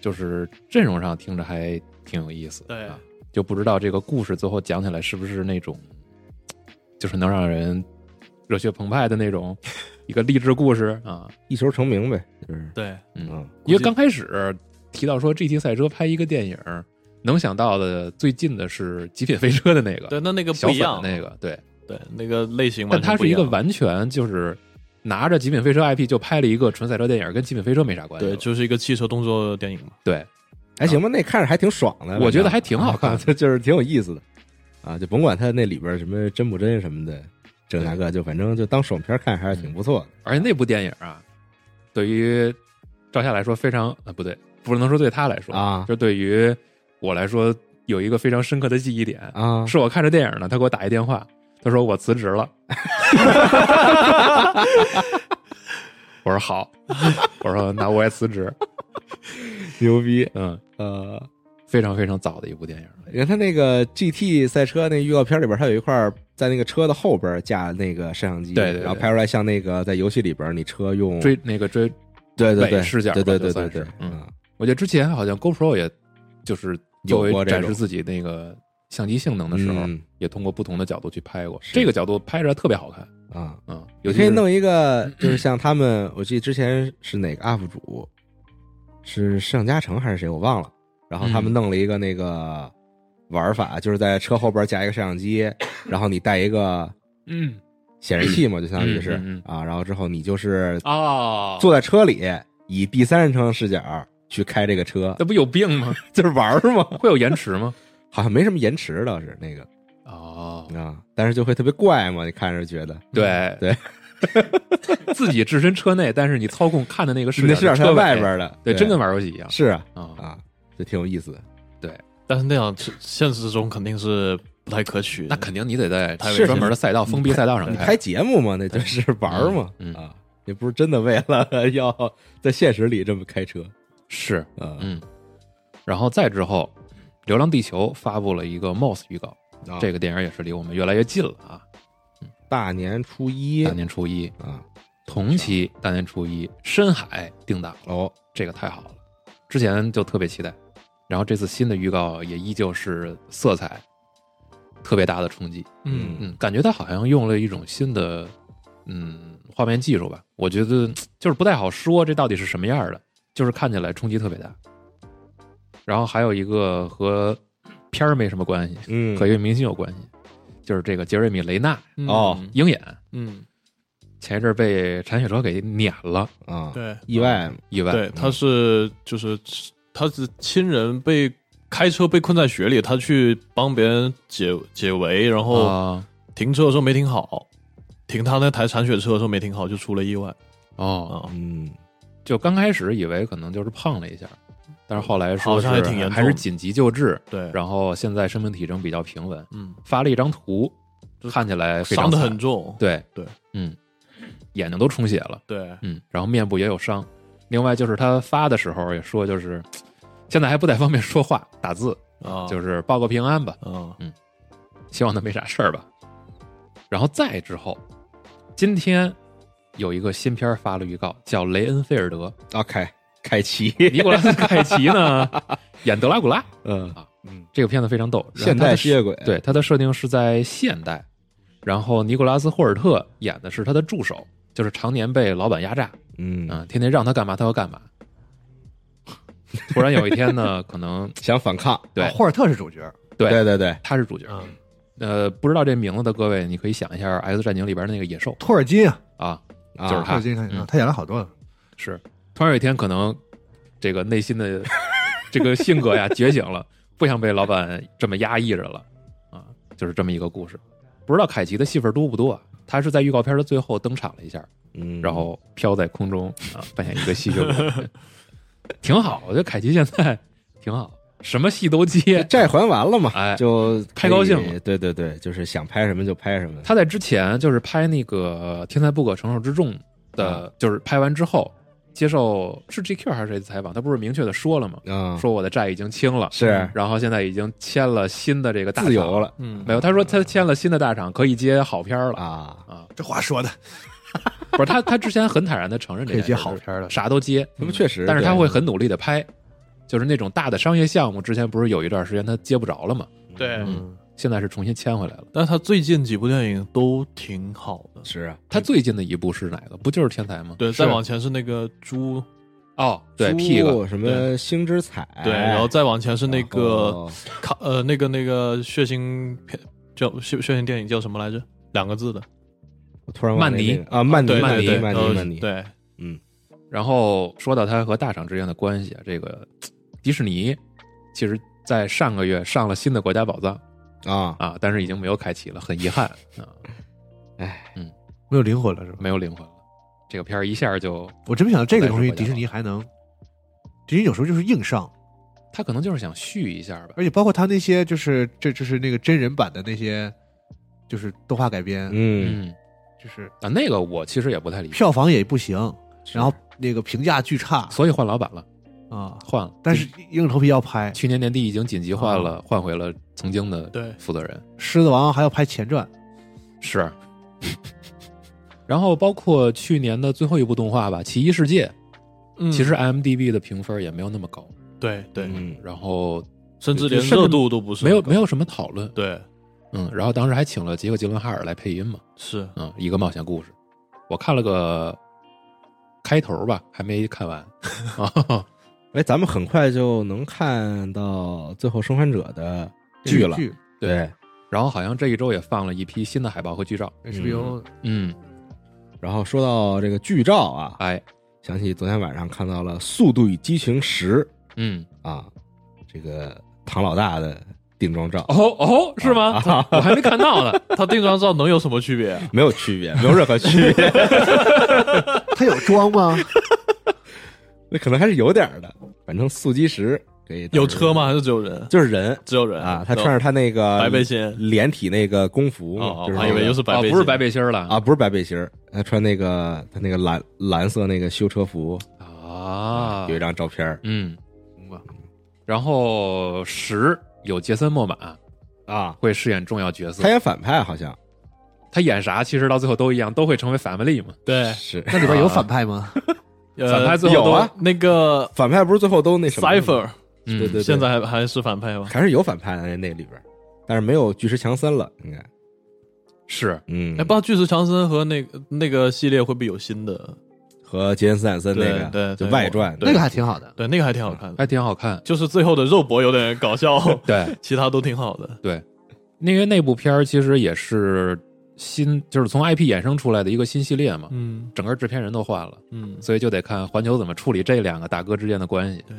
Speaker 5: 就是阵容上听着还挺有意思的。
Speaker 7: 对
Speaker 5: 啊，就不知道这个故事最后讲起来是不是那种，就是能让人热血澎湃的那 种一个励志故事啊。
Speaker 4: 一球成名呗，就是
Speaker 7: 对，
Speaker 5: 嗯，
Speaker 4: 嗯
Speaker 5: 因为刚开始提到说 GT 赛车拍一个电影，能想到的最近的是《极品飞车》的那个，
Speaker 7: 对，那那个
Speaker 5: 小
Speaker 7: 不一
Speaker 5: 粉
Speaker 7: 样
Speaker 5: 的，那个，对，
Speaker 7: 对，那个类型
Speaker 5: 但
Speaker 7: 完
Speaker 5: 它
Speaker 7: 全不
Speaker 5: 是一
Speaker 7: 样
Speaker 5: 个完全就是拿着《极品飞车》IP 就拍了一个纯赛车电影，跟《极品飞车》没啥关系了。
Speaker 7: 对，就是一个汽车动作电影嘛，
Speaker 5: 对，
Speaker 4: 还行吧，那看着还挺爽的，
Speaker 5: 我觉得还挺好看的
Speaker 4: 这就是挺有意思的啊，就甭管他那里边什么真不真什么的，这那个就反正就当爽片看还是挺不错的，
Speaker 5: 而且那部电影啊，对于赵夏来说非常呃不对，不能说对他来说
Speaker 4: 啊
Speaker 5: 就对于我来说有一个非常深刻的记忆点，
Speaker 4: 啊，
Speaker 5: 是我看着电影呢，他给我打一电话，他说我辞职了， 我说好，我说那我也辞职，
Speaker 4: 牛逼，
Speaker 5: 嗯，
Speaker 4: 呃。哦
Speaker 5: 非常非常早的一部电影了，
Speaker 4: 你看他那个 GT 赛车那预告片里边，他有一块儿在那个车的后边架那个摄像机，
Speaker 5: 对对对
Speaker 4: 然后拍出来像那个在游戏里边你车用
Speaker 5: 追那个追，
Speaker 4: 对对对
Speaker 5: 伪视角吧
Speaker 4: 对对
Speaker 5: 就
Speaker 4: 对对
Speaker 5: 算是
Speaker 4: 对，
Speaker 5: 嗯，我记得之前好像 GoPro 也就是作
Speaker 4: 有过
Speaker 5: 为
Speaker 4: 这种
Speaker 5: 展示自己那个相机性能的时候，
Speaker 4: 嗯
Speaker 5: 也通过不同的角度去拍过，
Speaker 4: 是
Speaker 5: 这个角度拍出来特别好看，
Speaker 4: 啊，
Speaker 5: 嗯，
Speaker 4: 你
Speaker 5: 尤其
Speaker 4: 可以
Speaker 5: 是
Speaker 4: 弄一 个，就是像他们，我记得之前是哪个 UP 主，是盛嘉诚还是谁，我忘了。然后他们
Speaker 5: 嗯
Speaker 4: 弄了一个那个玩法，就是在车后边架一个摄像 机，然后你带一个
Speaker 5: 嗯
Speaker 4: 显示器嘛，就相当于是
Speaker 5: 嗯嗯嗯
Speaker 4: 啊，然后之后你就是
Speaker 5: 啊，
Speaker 4: 坐在车里，以第三人称视角去开这个车
Speaker 5: 那，不有病吗？
Speaker 4: 就是玩儿嘛，
Speaker 5: 会有延迟吗？
Speaker 4: 好像没什么延迟倒是那个
Speaker 5: 哦，
Speaker 4: 啊，但是就会特别怪嘛，你看着觉得嗯
Speaker 5: 对
Speaker 4: 对，
Speaker 5: 自己置身车内，但是你操控看的那个视
Speaker 4: 那
Speaker 5: 角
Speaker 4: 视角
Speaker 5: 是
Speaker 4: 是在
Speaker 5: 车尾
Speaker 4: 外边，的，
Speaker 5: 对，真跟玩游戏一样
Speaker 4: 是啊
Speaker 5: 啊。
Speaker 4: 啊，就挺有意思的。
Speaker 5: 对，
Speaker 7: 但是那样是现实中肯定是不太可取的。
Speaker 5: 那肯定你得在
Speaker 7: 太危
Speaker 4: 险
Speaker 5: 专门的赛道、封闭赛道上
Speaker 4: 你
Speaker 5: 开
Speaker 4: 开。节目嘛，那就是玩儿嘛，
Speaker 5: 哎嗯嗯
Speaker 4: 啊，也不是真的为了 要在现实里这么开车
Speaker 5: 是，
Speaker 4: 啊。
Speaker 5: 嗯。然后再之后，《流浪地球》发布了一个 MOS 预告，
Speaker 4: 啊
Speaker 5: 这个电影也是离我们越来越近了啊！
Speaker 4: 大年初一
Speaker 5: 大年初一，
Speaker 4: 啊，
Speaker 5: 同期大年初一，《深海》定档，
Speaker 4: 哦，
Speaker 5: 这个太好了，之前就特别期待。然后这次新的预告也依旧是色彩特别大的冲击，
Speaker 7: 嗯
Speaker 5: 嗯，感觉它好像用了一种新的嗯画面技术吧，我觉得就是不太好说这到底是什么样儿的，就是看起来冲击特别大。然后还有一个和片儿没什么关系，
Speaker 4: 嗯，
Speaker 5: 和一个明星有关系，就是这个杰瑞米雷纳
Speaker 7: 嗯
Speaker 4: 哦
Speaker 5: 鹰眼
Speaker 7: 嗯，
Speaker 5: 前一阵儿被铲雪车给碾了，
Speaker 4: 啊，
Speaker 7: 对
Speaker 4: 意外
Speaker 5: 意外，
Speaker 7: 对，他是就是他是亲人被开车被困在雪里，他去帮别人解解围，然后
Speaker 5: 哦
Speaker 7: 停车的时候没停好，停他那台铲雪车的时候没停好，就出了意外
Speaker 5: 哦，
Speaker 7: 啊。
Speaker 4: 嗯，
Speaker 5: 就刚开始以为可能就是碰了一下，但是后来说
Speaker 7: 好
Speaker 5: 是
Speaker 7: 像还挺严重的
Speaker 5: 还是紧急救治，
Speaker 7: 对，
Speaker 5: 然后现在生命体征比较平稳，
Speaker 7: 嗯，
Speaker 5: 发了一张图，看起来非常
Speaker 7: 伤的
Speaker 5: 惨
Speaker 7: 很重，
Speaker 5: 对
Speaker 7: 对，
Speaker 5: 嗯，眼睛都充血了，
Speaker 7: 对，
Speaker 5: 嗯，然后面部也有伤。另外就是他发的时候也说，就是现在还不太方便说话打字，
Speaker 7: 啊，
Speaker 5: 就是报个平安吧，
Speaker 7: 啊，
Speaker 5: 希望他没啥事儿吧。然后再之后，今天有一个新片儿发了预告，叫《雷恩菲尔德
Speaker 4: 啊，凯凯奇，》，
Speaker 5: 尼古拉斯凯奇呢 演德拉古拉。
Speaker 4: 嗯，
Speaker 5: 这个片子非常逗，然后
Speaker 4: 现
Speaker 5: 它
Speaker 4: 代
Speaker 5: 的
Speaker 4: 吸血鬼，
Speaker 5: 对，它的设定是在现代，然后尼古拉斯霍尔特演的是他的助手，就是常年被老板压榨，
Speaker 4: 嗯，
Speaker 5: 嗯，天天让他干嘛他要干嘛。突然有一天呢，可能
Speaker 4: 想反抗，
Speaker 5: 对
Speaker 6: 啊霍尔特是主角，
Speaker 5: 对
Speaker 4: 对对对，
Speaker 5: 他是主角。
Speaker 4: 嗯
Speaker 5: 呃，不知道这名字的各位，你可以想一下《X 战警》里边那个野兽
Speaker 6: 托尔金啊，
Speaker 5: 啊，
Speaker 4: 啊
Speaker 5: 就是
Speaker 6: 托
Speaker 5: 他
Speaker 6: 尔。金看
Speaker 5: 嗯
Speaker 6: 他演了好多了，
Speaker 5: 是，突然有一天，可能这个内心的这个性格呀觉醒了， 不想被老板这么压抑着了啊，就是这么一个故事。不知道凯奇的戏份多不多啊？他是在预告片的最后登场了一下，
Speaker 4: 嗯，
Speaker 5: 然后飘在空中啊，扮演一个吸血鬼，挺好。我觉得凯奇现在挺好，什么戏都接。
Speaker 4: 债还完了嘛，
Speaker 5: 哎
Speaker 4: 就
Speaker 5: 太高兴了
Speaker 4: 可以对对对，就是想拍什么就拍什么，
Speaker 5: 他在之前就是拍那个《天才不可承受之重》的，就是拍完之后接受是 GQ 还是谁的采访，他不是明确的说了吗？
Speaker 4: 啊，
Speaker 5: 说我的债已经清了，
Speaker 4: 是
Speaker 5: 然后现在已经签了新的这个大厂
Speaker 4: 自由了，
Speaker 7: 嗯
Speaker 5: 没有？他说他签了新的大厂，可以接好片儿了。
Speaker 4: 啊，
Speaker 6: 这话说的
Speaker 5: 不是他，他之前很坦然的承认这
Speaker 6: 可以
Speaker 5: 件
Speaker 6: 接
Speaker 5: 事，
Speaker 6: 好片了。
Speaker 5: 啥都接，
Speaker 4: 那不嗯确实，
Speaker 5: 但是他
Speaker 4: 对
Speaker 5: 会很努力的拍，就是那种大的商业项目，之前不是有一段时间他接不着了嘛，
Speaker 7: 对
Speaker 5: 嗯现在是重新签回来了。
Speaker 7: 但是他最近几部电影都挺好的，
Speaker 4: 是啊，
Speaker 5: 他最近的一部是哪个？不就是《天才》吗？
Speaker 7: 对，再往前是那个猪，
Speaker 5: 哦，对
Speaker 4: 猪
Speaker 5: ，P 个
Speaker 4: 什么星之彩，
Speaker 5: 哎
Speaker 7: 对，然后再往前是那
Speaker 4: 然
Speaker 7: 个
Speaker 4: 后
Speaker 7: 卡，呃，那个那个血腥片叫血血腥电影叫什么来着？两个字的，
Speaker 4: 我突然忘了
Speaker 5: 嗯曼尼
Speaker 4: 那个啊，曼尼
Speaker 7: 对
Speaker 4: 曼
Speaker 7: 对
Speaker 4: 尼
Speaker 7: 对，
Speaker 4: 曼
Speaker 7: 呃
Speaker 4: 尼曼尼，
Speaker 7: 对，
Speaker 5: 然后说到他和大厂之间的关系，啊这个嘖迪士尼其实在上个月上了新的国家宝藏
Speaker 4: 啊，
Speaker 5: 啊，但是已经没有凯奇了，很遗憾啊，
Speaker 6: 没有灵魂了是吧？
Speaker 5: 没有灵魂了。这个片儿一下就，
Speaker 6: 我真没想到这个东西
Speaker 5: 不太
Speaker 6: 迪
Speaker 5: 是国家
Speaker 6: 士尼还能，迪士尼有时候就是硬上，
Speaker 5: 他可能就是想续一下吧
Speaker 6: 而。且包括他那些就是这就是那个真人版的那些，就是动画改编，
Speaker 4: 嗯，
Speaker 5: 嗯
Speaker 6: 就是
Speaker 5: 啊，那个我其实也不太理解，
Speaker 6: 票房也不行，然后那个评价巨差
Speaker 5: 所以换老板了，
Speaker 6: 啊，
Speaker 5: 换了。
Speaker 6: 但是硬着头皮要拍《
Speaker 5: 去年年底已经紧急换了，换回了曾经的
Speaker 7: 对
Speaker 5: 负责人
Speaker 6: 狮子王》，还要拍前传，
Speaker 5: 是。 然后包括去年的最后一部动画吧，《奇异世界》，
Speaker 7: 嗯
Speaker 5: 其实 IMDB 的评分也没有那么高，
Speaker 7: 对对，
Speaker 4: 嗯
Speaker 5: 然后
Speaker 7: 甚至连
Speaker 5: 甚至
Speaker 7: 热度都不是
Speaker 5: 没有
Speaker 7: 很高
Speaker 5: 没有什么讨论，
Speaker 7: 对，
Speaker 5: 嗯，然后当时还请了杰克·吉伦哈尔来配音嘛，
Speaker 7: 是
Speaker 5: 嗯，一个冒险故事，我看了个开头吧，还没看完， 啊，
Speaker 4: 哎，咱们很快就能看到《最后生还者》的剧了，
Speaker 6: 剧
Speaker 4: 对，
Speaker 5: 然后好像这一周也放了一批新的海报和剧照，
Speaker 6: HBO
Speaker 5: 嗯，
Speaker 4: 然后说到这个剧照啊，
Speaker 5: 哎，
Speaker 4: 想起昨天晚上看到了《速度与激情十
Speaker 5: 嗯，》
Speaker 4: 啊，这个唐老大的定妆照、
Speaker 5: 哦哦，是吗？我还没看到呢，
Speaker 7: 啊 他定妆照能有什么区别啊？
Speaker 4: 没有区别，没有任何区别，
Speaker 6: 他有妆吗？
Speaker 4: 那可能还是有点儿的，反正速激十给
Speaker 7: 有车
Speaker 5: 嗯
Speaker 7: 吗？？还是只有人？
Speaker 4: 就是人
Speaker 7: 只有人
Speaker 4: 啊，他穿着他那个
Speaker 7: 白背心。
Speaker 4: 连体那个工服嘛，
Speaker 7: 哦，
Speaker 4: 就
Speaker 7: 哦
Speaker 4: 是
Speaker 7: 还以
Speaker 4: 那
Speaker 7: 为
Speaker 4: 个
Speaker 7: 又是白
Speaker 5: 啊，
Speaker 7: 背心，
Speaker 5: 不是白背心儿了
Speaker 4: 啊，不是白背心儿，他穿那个他那个蓝蓝色那个修车服
Speaker 5: 啊
Speaker 4: 有，一张照片儿
Speaker 5: 嗯，明白。然后十有杰森·莫玛
Speaker 4: 啊，
Speaker 5: 会饰演重要角色
Speaker 4: 他，演反派好像
Speaker 5: 他演啥其实到最后都一样，都会成为 family 嘛。
Speaker 7: 对，
Speaker 4: 是
Speaker 6: 那里边有反派 吗？
Speaker 7: 呃
Speaker 5: 反派最后
Speaker 7: 有
Speaker 5: 都
Speaker 7: 啊，那个
Speaker 4: 反派不是最后都那什么了吗
Speaker 7: Cipher
Speaker 5: 嗯，
Speaker 4: 对对
Speaker 7: 现在还还是反派吗？
Speaker 4: 还是有反派的那那里边儿，但是没有巨石强森了，应该
Speaker 5: 是
Speaker 4: 嗯，
Speaker 7: 哎，不知道巨石强森和那个那个系列会不会有新的？
Speaker 4: 和杰森斯坦森那个
Speaker 7: 对对
Speaker 4: 就
Speaker 7: 对
Speaker 4: 外传
Speaker 7: 对
Speaker 6: 那个还挺好的。
Speaker 7: 对，那个还挺好看的，
Speaker 5: 还挺好看。
Speaker 7: 就是最后的肉搏有点搞笑，
Speaker 5: 哎对，
Speaker 7: 其他都挺好的。
Speaker 5: 那因为那部片儿其实也是新，就是从 IP 衍生出来的一个新系列嘛，
Speaker 7: 嗯
Speaker 5: 整个制片人都换了，
Speaker 7: 嗯，
Speaker 5: 所以就得看环球怎么处理这两个大哥之间的关系。
Speaker 7: 对，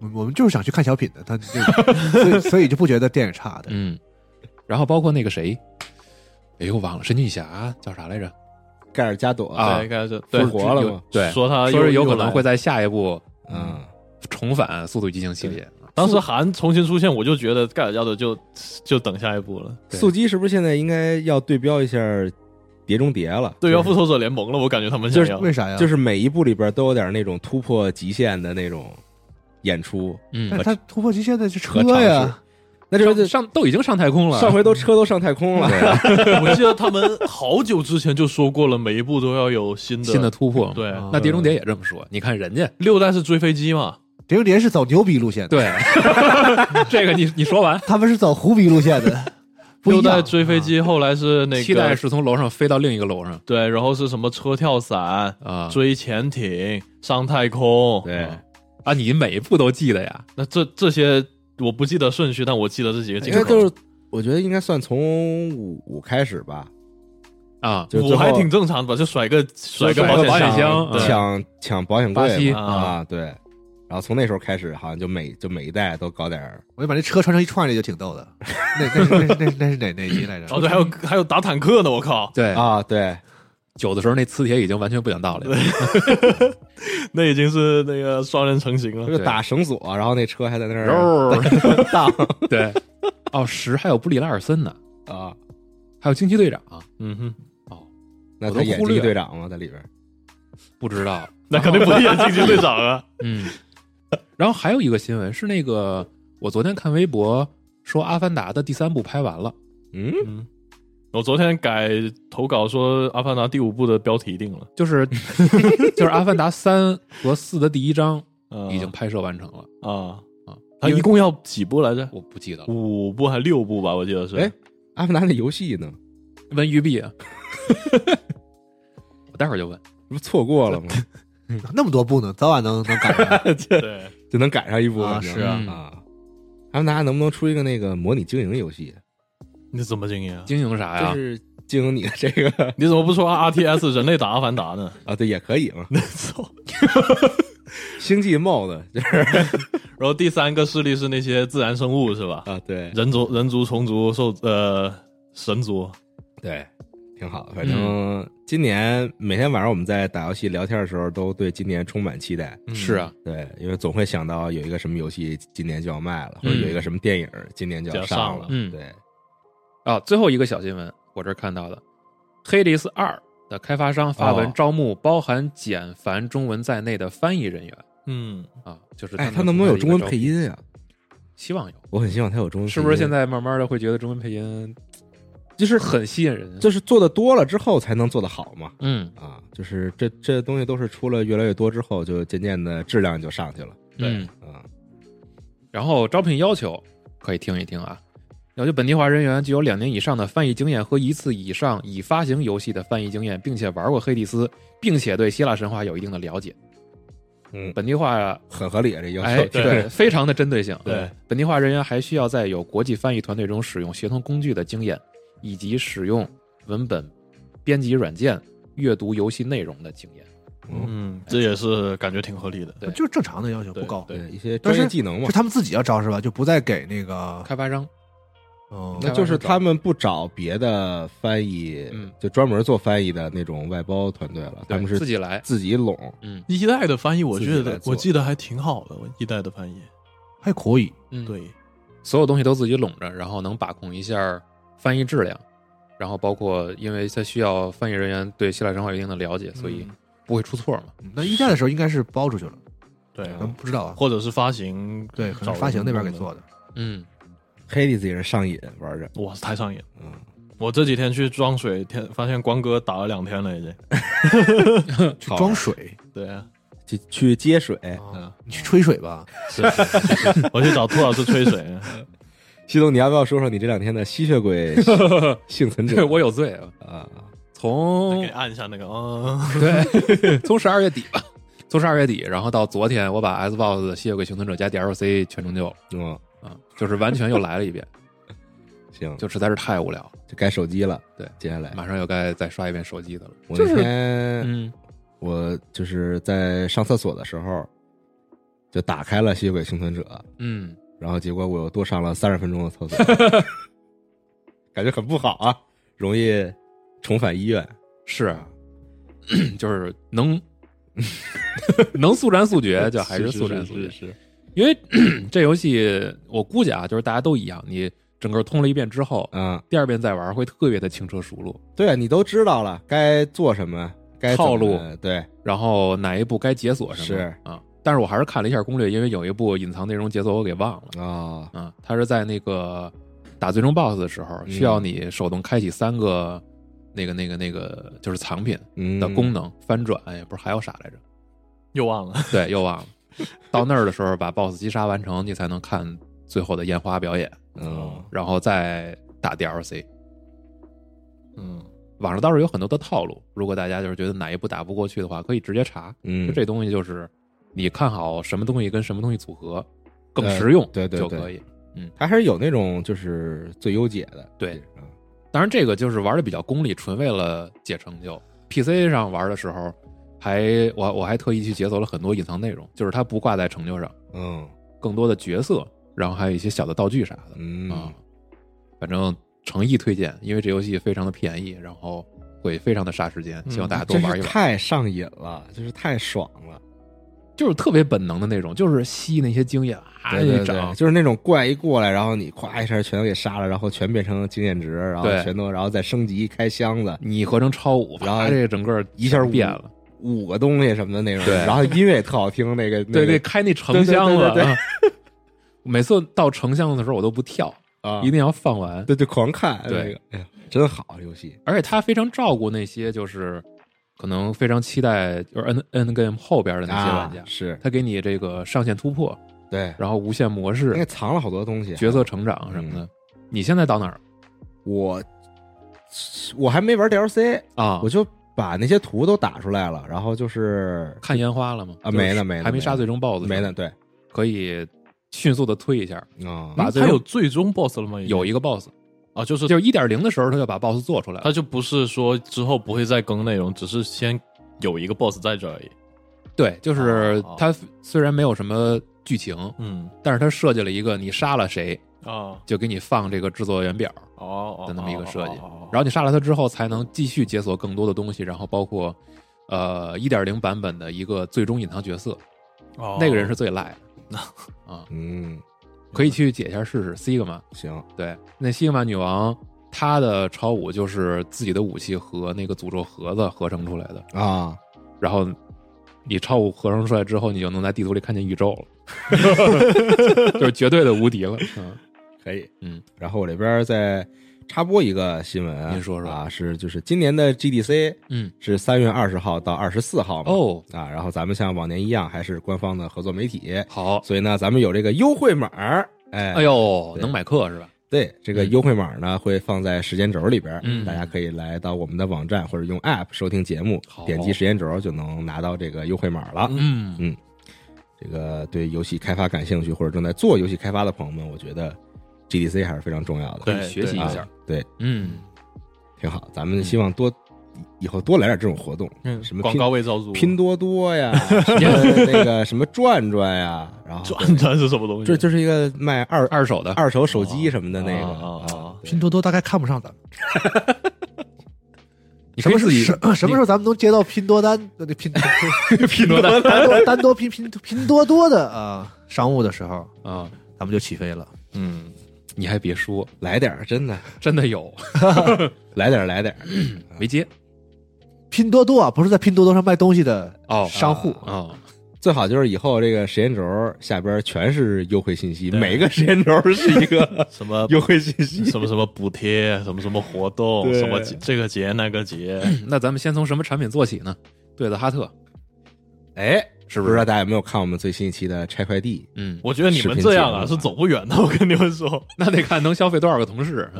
Speaker 6: 我我们就是想去看小品的，他这个所以所以就不觉得电影差的。
Speaker 5: 嗯，然后包括那个谁，哎呦忘了，神奇女侠叫啥来着？
Speaker 4: 盖尔加朵
Speaker 5: 啊
Speaker 7: 对，应该是对
Speaker 4: 复，活了吗？
Speaker 5: 对，
Speaker 7: 说他
Speaker 5: 说
Speaker 7: 又
Speaker 5: 是有可
Speaker 7: 又来
Speaker 5: 能会在下一部
Speaker 4: 嗯，
Speaker 5: 重返《速度与激情》系列。啊
Speaker 7: 当时韩重新出现，我就觉得盖尔加朵就就等下一步了。
Speaker 5: 对
Speaker 4: 速激是不是现在应该要对标一下《碟中谍》了？
Speaker 7: 对，
Speaker 4: 就
Speaker 7: 要
Speaker 4: 是
Speaker 7: 复仇者联盟了，我感觉他们想要
Speaker 6: 为啥呀？
Speaker 4: 就是每一部里边都有点那种突破极限的那种演出。
Speaker 5: 嗯
Speaker 6: 但，哎他突破极限的是车
Speaker 4: 和尝试
Speaker 6: 呀，
Speaker 4: 那这
Speaker 5: 上
Speaker 4: 就
Speaker 5: 上都已经上太空了，
Speaker 4: 上回都车都上太空了，
Speaker 7: 我记得他们好久之前就说过了，每一部都要有新的
Speaker 5: 新的突破嘛。啊
Speaker 7: 对，
Speaker 5: 那《碟中谍》也这么说，你看人家
Speaker 7: 六代是追飞机嘛？
Speaker 6: 碟中谍是走牛逼路线的，
Speaker 5: 对这个你你说完，
Speaker 6: 他们是走胡逼路线的，不一
Speaker 7: 六代
Speaker 6: 样。啊
Speaker 7: 追飞机，后来是那个
Speaker 5: 期待是从楼上飞到另一个楼上
Speaker 7: 对，然后是什么车跳伞、
Speaker 5: 啊
Speaker 7: 追潜艇、上太空，
Speaker 4: 对
Speaker 7: 啊
Speaker 5: 啊！你每一步都记得呀？
Speaker 7: 那这这些我不记得顺序，但我记得这几个
Speaker 4: 应
Speaker 7: 镜
Speaker 4: 该
Speaker 7: 头
Speaker 4: 就。是我觉得应该算从五五开始吧，
Speaker 5: 啊，
Speaker 4: 就
Speaker 7: 我还挺正常的吧，就甩个
Speaker 5: 甩
Speaker 7: 甩个
Speaker 5: 个
Speaker 7: 保险
Speaker 5: 保险
Speaker 7: 箱
Speaker 5: 箱
Speaker 7: 对
Speaker 4: 抢抢保险
Speaker 5: 巴
Speaker 4: 柜
Speaker 5: 西
Speaker 4: 嘛啊，对。然后从那时候开始，好像就每就每一代都搞点儿
Speaker 6: 我就把那车穿成一串里就挺逗的。那那是那那那是哪哪集来着？
Speaker 7: 哦，对，还有还有打坦克呢，我靠，
Speaker 5: 对，
Speaker 4: 啊，对，
Speaker 5: 有的时候那磁铁已经完全不讲道理了。
Speaker 7: 那已经是那个双人成型了。
Speaker 4: 就打绳索，然后那车还在那儿
Speaker 7: 肉
Speaker 4: 荡
Speaker 5: 对，哦，十还有布里拉尔森呢，
Speaker 4: 啊。
Speaker 5: 还有惊奇队长，
Speaker 7: 嗯哼，
Speaker 4: 那
Speaker 5: 我
Speaker 4: 他
Speaker 5: 都
Speaker 4: 演
Speaker 5: 忽略
Speaker 4: 技队长吗？在里边
Speaker 5: 不知道。
Speaker 7: 那肯定不是演竞技队长啊。
Speaker 5: 嗯，然后还有一个新闻是那个，我昨天看微博说《阿凡达》的第三部拍完了，
Speaker 4: 嗯，
Speaker 7: 嗯， 我昨天改投稿说《阿凡达》第五部的标题定了，
Speaker 5: 就是就是《阿凡达》三和四的第一章
Speaker 7: 啊
Speaker 5: 已经拍摄完成了，
Speaker 7: 啊
Speaker 5: 啊
Speaker 7: 它一共要几部来着？
Speaker 5: 我不记得了。
Speaker 7: 五部还六部吧，我记得是。
Speaker 4: 哎阿凡达那游戏呢？
Speaker 5: 问玉碧啊， 我待会儿就问。
Speaker 4: 这不错过了吗？
Speaker 6: 那么多部呢，早晚能能赶上。
Speaker 7: 对，
Speaker 4: 就能赶上一波
Speaker 6: 啊
Speaker 4: 你知
Speaker 6: 是
Speaker 4: 道
Speaker 5: 啊
Speaker 4: 吗啊。阿凡达能不能出一个那个模拟经营游戏？
Speaker 7: 你怎么经营啊？
Speaker 5: 经营啥哎呀
Speaker 4: 就？是经营你的这个
Speaker 7: 你怎么不说 R T S 人类打阿凡达 呢？
Speaker 4: 啊，对，也可以嘛。
Speaker 7: 操！
Speaker 4: 星际 mod 就是
Speaker 7: 然后第三个势力是那些自然生物是吧？
Speaker 4: 啊，对
Speaker 7: 人族、人族、虫族、兽呃神族，
Speaker 4: 对，挺好的。反
Speaker 5: 嗯
Speaker 4: 正今年每天晚上我们在打游戏聊天的时候，都对今年充满期待。
Speaker 5: 是啊，
Speaker 4: 对，因为总会想到有一个什么游戏今年就要卖了，或
Speaker 5: 嗯
Speaker 4: 者有一个什么电影今年就要上
Speaker 7: 就要上了
Speaker 5: 嗯
Speaker 4: 对，
Speaker 5: 啊，最后一个小新闻，我这儿看到的，《黑迪斯二》的开发商发文
Speaker 4: 哦
Speaker 5: 招募包含简繁中文在内的翻译人员
Speaker 7: 嗯，
Speaker 5: 啊，就是
Speaker 4: 哎，
Speaker 5: 们
Speaker 4: 它能不能有中文配
Speaker 5: 一个招
Speaker 4: 音呀？
Speaker 5: 聘？希望有，
Speaker 4: 我很希望它有中文配音。
Speaker 5: 是不是现在慢慢的会觉得中文配音
Speaker 4: 就是
Speaker 5: 很吸引人？
Speaker 4: 就是做的多了之后才能做得好嘛？
Speaker 5: 嗯，
Speaker 4: 啊，就是这这东西都是出了越来越多之后，就渐渐的质量就上去了。
Speaker 5: 对。
Speaker 4: 啊，
Speaker 5: 然后招聘要求可以听一听啊，要求本地化人员具有两年以上的翻译经验和一次以上已发行游戏的翻译经验，并且玩过黑蒂斯，并且对希腊神话有一定的了解。
Speaker 4: 嗯，
Speaker 5: 本地化
Speaker 4: 很合理啊，这要
Speaker 5: 哎
Speaker 4: 求。，
Speaker 5: 对，非常的针对性。
Speaker 7: 对，
Speaker 5: 本地化人员还需要在有国际翻译团队中使用协同工具的经验，以及使用文本编辑软件阅读游戏内容的经验。
Speaker 7: 嗯，这也是感觉挺合理的。
Speaker 5: 对
Speaker 6: 就是正常的要求，不高。
Speaker 7: 对
Speaker 4: 对一些专
Speaker 6: 但是
Speaker 4: 业技能嘛
Speaker 6: 是。他们自己要招是吧？就不再给那个
Speaker 5: 开发商，
Speaker 6: 嗯
Speaker 4: 那就是他们不找别的翻译，
Speaker 5: 嗯
Speaker 4: 就专门做翻译的那种外包团队了，他
Speaker 5: 对
Speaker 4: 们是
Speaker 5: 自己来。
Speaker 4: 自己拢。
Speaker 5: 嗯
Speaker 7: 一代的翻译，我
Speaker 4: 自己
Speaker 7: 觉
Speaker 4: 来
Speaker 7: 得
Speaker 4: 做
Speaker 7: 我记得还挺好的，我一代的翻译
Speaker 6: 还可以。
Speaker 5: 嗯，
Speaker 6: 对，
Speaker 5: 所有东西都自己拢着，然后能把控一下翻译质量，然后包括因为它需要翻译人员对希腊神话有一定的了解，所
Speaker 7: 嗯
Speaker 5: 以不会出错嘛。
Speaker 6: 嗯那一战的时候应该是包出去了，
Speaker 7: 对，
Speaker 6: 咱们不知道啊。
Speaker 7: 或者是发行，
Speaker 6: 对，可
Speaker 7: 找
Speaker 6: 能发行那边给
Speaker 7: 人弄
Speaker 6: 做的。
Speaker 5: 嗯，
Speaker 4: 黑弟自己人上瘾玩着，
Speaker 7: 的，哇，太上瘾。嗯，我这几天去装水，天发现光哥打了两天了已经。
Speaker 6: 去装水，
Speaker 7: 对啊，嗯
Speaker 4: 去去接水。
Speaker 5: 哦
Speaker 7: 哦
Speaker 6: 你去吹水吧。
Speaker 7: 我去找兔老师吹 水。
Speaker 4: 西东，你要不要说说你这两天的吸血 鬼幸存
Speaker 5: 对
Speaker 4: 者
Speaker 5: 我有罪啊！
Speaker 4: 啊？
Speaker 7: 给
Speaker 5: 从
Speaker 7: 你按一下那个，嗯，
Speaker 5: 对，从十二月底吧， 从十二月底，然后到昨天，我把 Xbox 的吸血鬼幸存者加 DLC 全成就了
Speaker 4: 嗯，
Speaker 5: 啊，就是完全又来了一遍，
Speaker 4: 行，
Speaker 5: 就实在是太无聊了，
Speaker 4: 就该手机了。
Speaker 5: 对
Speaker 4: 接下来
Speaker 5: 马上又该再刷一遍手机的了。
Speaker 4: 我
Speaker 5: 就
Speaker 4: 那
Speaker 5: 是
Speaker 4: 天
Speaker 5: 嗯，
Speaker 4: 我就是在上厕所的时候，就打开了吸血鬼幸存者，
Speaker 5: 嗯，
Speaker 4: 然后结果我又多上了三十分钟的厕所， 感觉很不好啊，容易重返医院。
Speaker 5: 是啊， 就是能 能速战速决，就还是速战速决。
Speaker 4: 是
Speaker 5: 因为 这游戏我估计啊，就是大家都一样，你整个通了一遍之后，
Speaker 4: 啊，
Speaker 5: 第二遍再玩会特别的轻车熟路，
Speaker 4: 对啊，你都知道了该做什么，该怎么
Speaker 5: 套路
Speaker 4: 对，
Speaker 5: 然后哪一步该解锁什么
Speaker 4: 是
Speaker 5: 啊。但是我还是看了一下攻略，因为有一部隐藏内容解锁我给忘了
Speaker 4: 哦，
Speaker 5: 啊。它是在那个打最终 BOSS 的时候，
Speaker 4: 嗯
Speaker 5: 需要你手动开启三个那个那个那个就是藏品
Speaker 4: 嗯
Speaker 5: 的功能翻转，哎，不是还有啥来着？
Speaker 7: 又忘了。
Speaker 5: 对，又忘了。到那儿的时候，把 BOSS 击杀完成，你才能看最后的烟花表演，
Speaker 4: 嗯，
Speaker 5: 然后再打 DLC。
Speaker 7: 嗯，
Speaker 5: 网上倒是有很多的套路，如果大家就是觉得哪一步打不过去的话，可以直接查。
Speaker 4: 嗯
Speaker 5: 就这东西就是你看好什么东西跟什么东西组合更
Speaker 4: 对
Speaker 5: 实用，
Speaker 4: 对对
Speaker 5: 就
Speaker 4: 对
Speaker 5: 可以。
Speaker 4: 他还是有那种就是最优解的，
Speaker 5: 对
Speaker 4: 啊，
Speaker 5: 当然，这个就是玩的比较功利，纯为了解成就。PC 上玩的时候，还我我还特意去解锁了很多隐藏内容，就是它不挂在成就上，
Speaker 4: 嗯
Speaker 5: 更多的角色，然后还有一些小的道具啥的。啊
Speaker 4: 嗯，，
Speaker 5: 反正诚意推荐，因为这游戏非常的便宜，然后会非常的杀时间，希望大家多
Speaker 4: 真嗯
Speaker 5: 玩
Speaker 4: 是
Speaker 5: 一玩。
Speaker 4: 太上瘾了，就是太爽了，
Speaker 5: 就是特别本能的那种，就是吸那些经验啊，
Speaker 4: 对对
Speaker 5: 一
Speaker 4: 对，
Speaker 5: 涨，
Speaker 4: 就是那种怪一过来，然后你咵一下全都给杀了，然后全变成经验值，然后
Speaker 5: 对
Speaker 4: 全都然后再升级开箱子，
Speaker 5: 你合成超五，
Speaker 4: 然后
Speaker 5: 啪这个整个
Speaker 4: 一下
Speaker 5: 变了，
Speaker 4: 五个东西什么的那种，
Speaker 5: 对
Speaker 4: 然后音乐也特好听，那个
Speaker 5: 对
Speaker 4: 那个
Speaker 5: 对，开那成箱
Speaker 4: 对对对对
Speaker 5: 了。 每次到成箱的时候，我都不跳，
Speaker 4: 啊
Speaker 5: 一，定要放完。
Speaker 4: 对对狂看，
Speaker 5: 对
Speaker 4: 那个，哎呀，真好这游戏，
Speaker 5: 而且他非常照顾那些就是可能非常期待就是 N N game 后边的那些玩家
Speaker 4: 啊，是
Speaker 5: 他给你这个上限突破，
Speaker 4: 对，
Speaker 5: 然后无限模
Speaker 4: 应该嗯
Speaker 5: 式、
Speaker 4: 藏了好多东西，
Speaker 5: 角色成长什么的。你现在到哪儿了
Speaker 4: 我我还没玩 DLC，
Speaker 5: 啊
Speaker 4: 我？就把那些图都打出来了，然后就是
Speaker 5: 看烟花了吗？
Speaker 4: 啊
Speaker 5: 就是
Speaker 4: 没呢没呢
Speaker 5: 还没
Speaker 4: 没
Speaker 5: 杀
Speaker 4: 呢
Speaker 5: 最终 BOSS，
Speaker 4: 没
Speaker 5: 是吧
Speaker 4: 呢，，对
Speaker 5: 可以迅速的推一下。
Speaker 4: 啊，
Speaker 5: 把
Speaker 7: 嗯
Speaker 5: 最终
Speaker 7: 他有最终 BOSS 了吗？已经
Speaker 5: 有一个 BOSS，
Speaker 7: 啊，就是
Speaker 5: 就是一点零的时候，他就把 BOSS 做出来
Speaker 7: 他
Speaker 5: 了。
Speaker 7: 就不是说之后不会再更内容，只是先有一个 BOSS 在这而已。
Speaker 5: 对，就是
Speaker 7: 哦
Speaker 5: 他虽然没有什么剧情，
Speaker 7: 嗯
Speaker 5: 但是他设计了一个你杀了谁
Speaker 7: 啊，
Speaker 5: 就给你放这个制作原表，
Speaker 7: 哦
Speaker 5: 的那么一个设计
Speaker 7: 然
Speaker 5: 然后你杀了他之后才能继续解锁更多的东西，然后包括呃一点零版本的一个最终隐藏角色，
Speaker 7: 后
Speaker 5: 那个人是最赖的啊，
Speaker 4: 嗯，
Speaker 5: 可以去解一下试试。西格玛，
Speaker 4: 行，
Speaker 5: 对，那西格玛女王她的超武就是自己的武器和那个诅咒盒子合成出来的。
Speaker 4: 啊，
Speaker 5: 然后你超五合成出来之后，你就能在地图里看见宇宙了， 就是绝对的无敌了。嗯
Speaker 4: 可以，
Speaker 5: 嗯。
Speaker 4: 然后我这边再插播一个新闻啊，
Speaker 5: 您说说
Speaker 4: 啊，是就是今年的 GDC
Speaker 5: 嗯，
Speaker 4: 是三月二十号到二十四号嘛，
Speaker 5: 哦，
Speaker 4: 啊，然后咱们像往年一样还是官方的合作媒体，
Speaker 5: 好，
Speaker 4: 所以呢，咱们有这个优惠码儿，哎
Speaker 5: 哎呦，
Speaker 4: 对
Speaker 5: 能买课是吧？
Speaker 4: 对，这个
Speaker 5: 嗯
Speaker 4: 优惠码呢会放在时间轴里边儿，
Speaker 5: 嗯
Speaker 4: 大家可以来到我们的网站或者用 App 收听节目
Speaker 5: 好，
Speaker 4: 点击时间轴就能拿到这个优惠码了。
Speaker 5: 嗯
Speaker 4: 这个对游戏开发感兴趣或者正在做游戏开发的朋友们，我觉得 GDC 还是非常重要的，
Speaker 5: 可
Speaker 7: 对
Speaker 5: 以学习一下
Speaker 4: 啊。对，
Speaker 5: 嗯，
Speaker 4: 挺好。咱们希望多、以后多来点这种活动，
Speaker 7: 嗯
Speaker 4: 什么
Speaker 7: 广
Speaker 4: 拼
Speaker 7: 告位招租
Speaker 4: 拼多多呀，什么那个什么转转呀，然后
Speaker 7: 转转是什么东西？
Speaker 4: 这就是一个卖二
Speaker 5: 二手的，
Speaker 4: 二手
Speaker 7: 哦
Speaker 4: 手机什么的那个
Speaker 7: 啊啊啊
Speaker 4: 啊，对
Speaker 6: 拼多多大概看不上咱们，
Speaker 5: 你
Speaker 6: 什
Speaker 5: 可以
Speaker 6: 么
Speaker 5: 自
Speaker 6: 时候
Speaker 5: 己
Speaker 6: 什 什么时候咱们能接到拼多单、呃拼
Speaker 5: 拼多多
Speaker 6: 单多单多拼拼拼多多的啊、呃商务的时候，
Speaker 5: 啊？
Speaker 6: 咱们就起飞了。
Speaker 5: 嗯，你还别说，
Speaker 4: 来点儿，真的
Speaker 5: 真的有
Speaker 4: 啊来点儿，来点儿。
Speaker 5: 没接
Speaker 6: 拼多多啊，不是在拼多多上卖东西的
Speaker 5: 哦
Speaker 6: 商户，
Speaker 5: 啊？
Speaker 4: 最好就是以后这个时间轴下边全是优惠信息，每个时间轴是一个
Speaker 7: 什么
Speaker 4: 优惠信 息。
Speaker 7: 什么什么补贴，什么什么活动，
Speaker 4: 对
Speaker 7: 什么节这个节那个节，
Speaker 5: 那咱们先从什么产品做起呢？对的，哈特，
Speaker 4: 哎，
Speaker 5: 是
Speaker 4: 不
Speaker 5: 不是
Speaker 4: 知道大家有没有看我们最新一期的拆快递？
Speaker 5: 嗯，
Speaker 7: 我觉得你们这样啊
Speaker 4: 视频节目
Speaker 7: 是走不远的。我跟你们说，
Speaker 5: 那得看能消费多少个同事。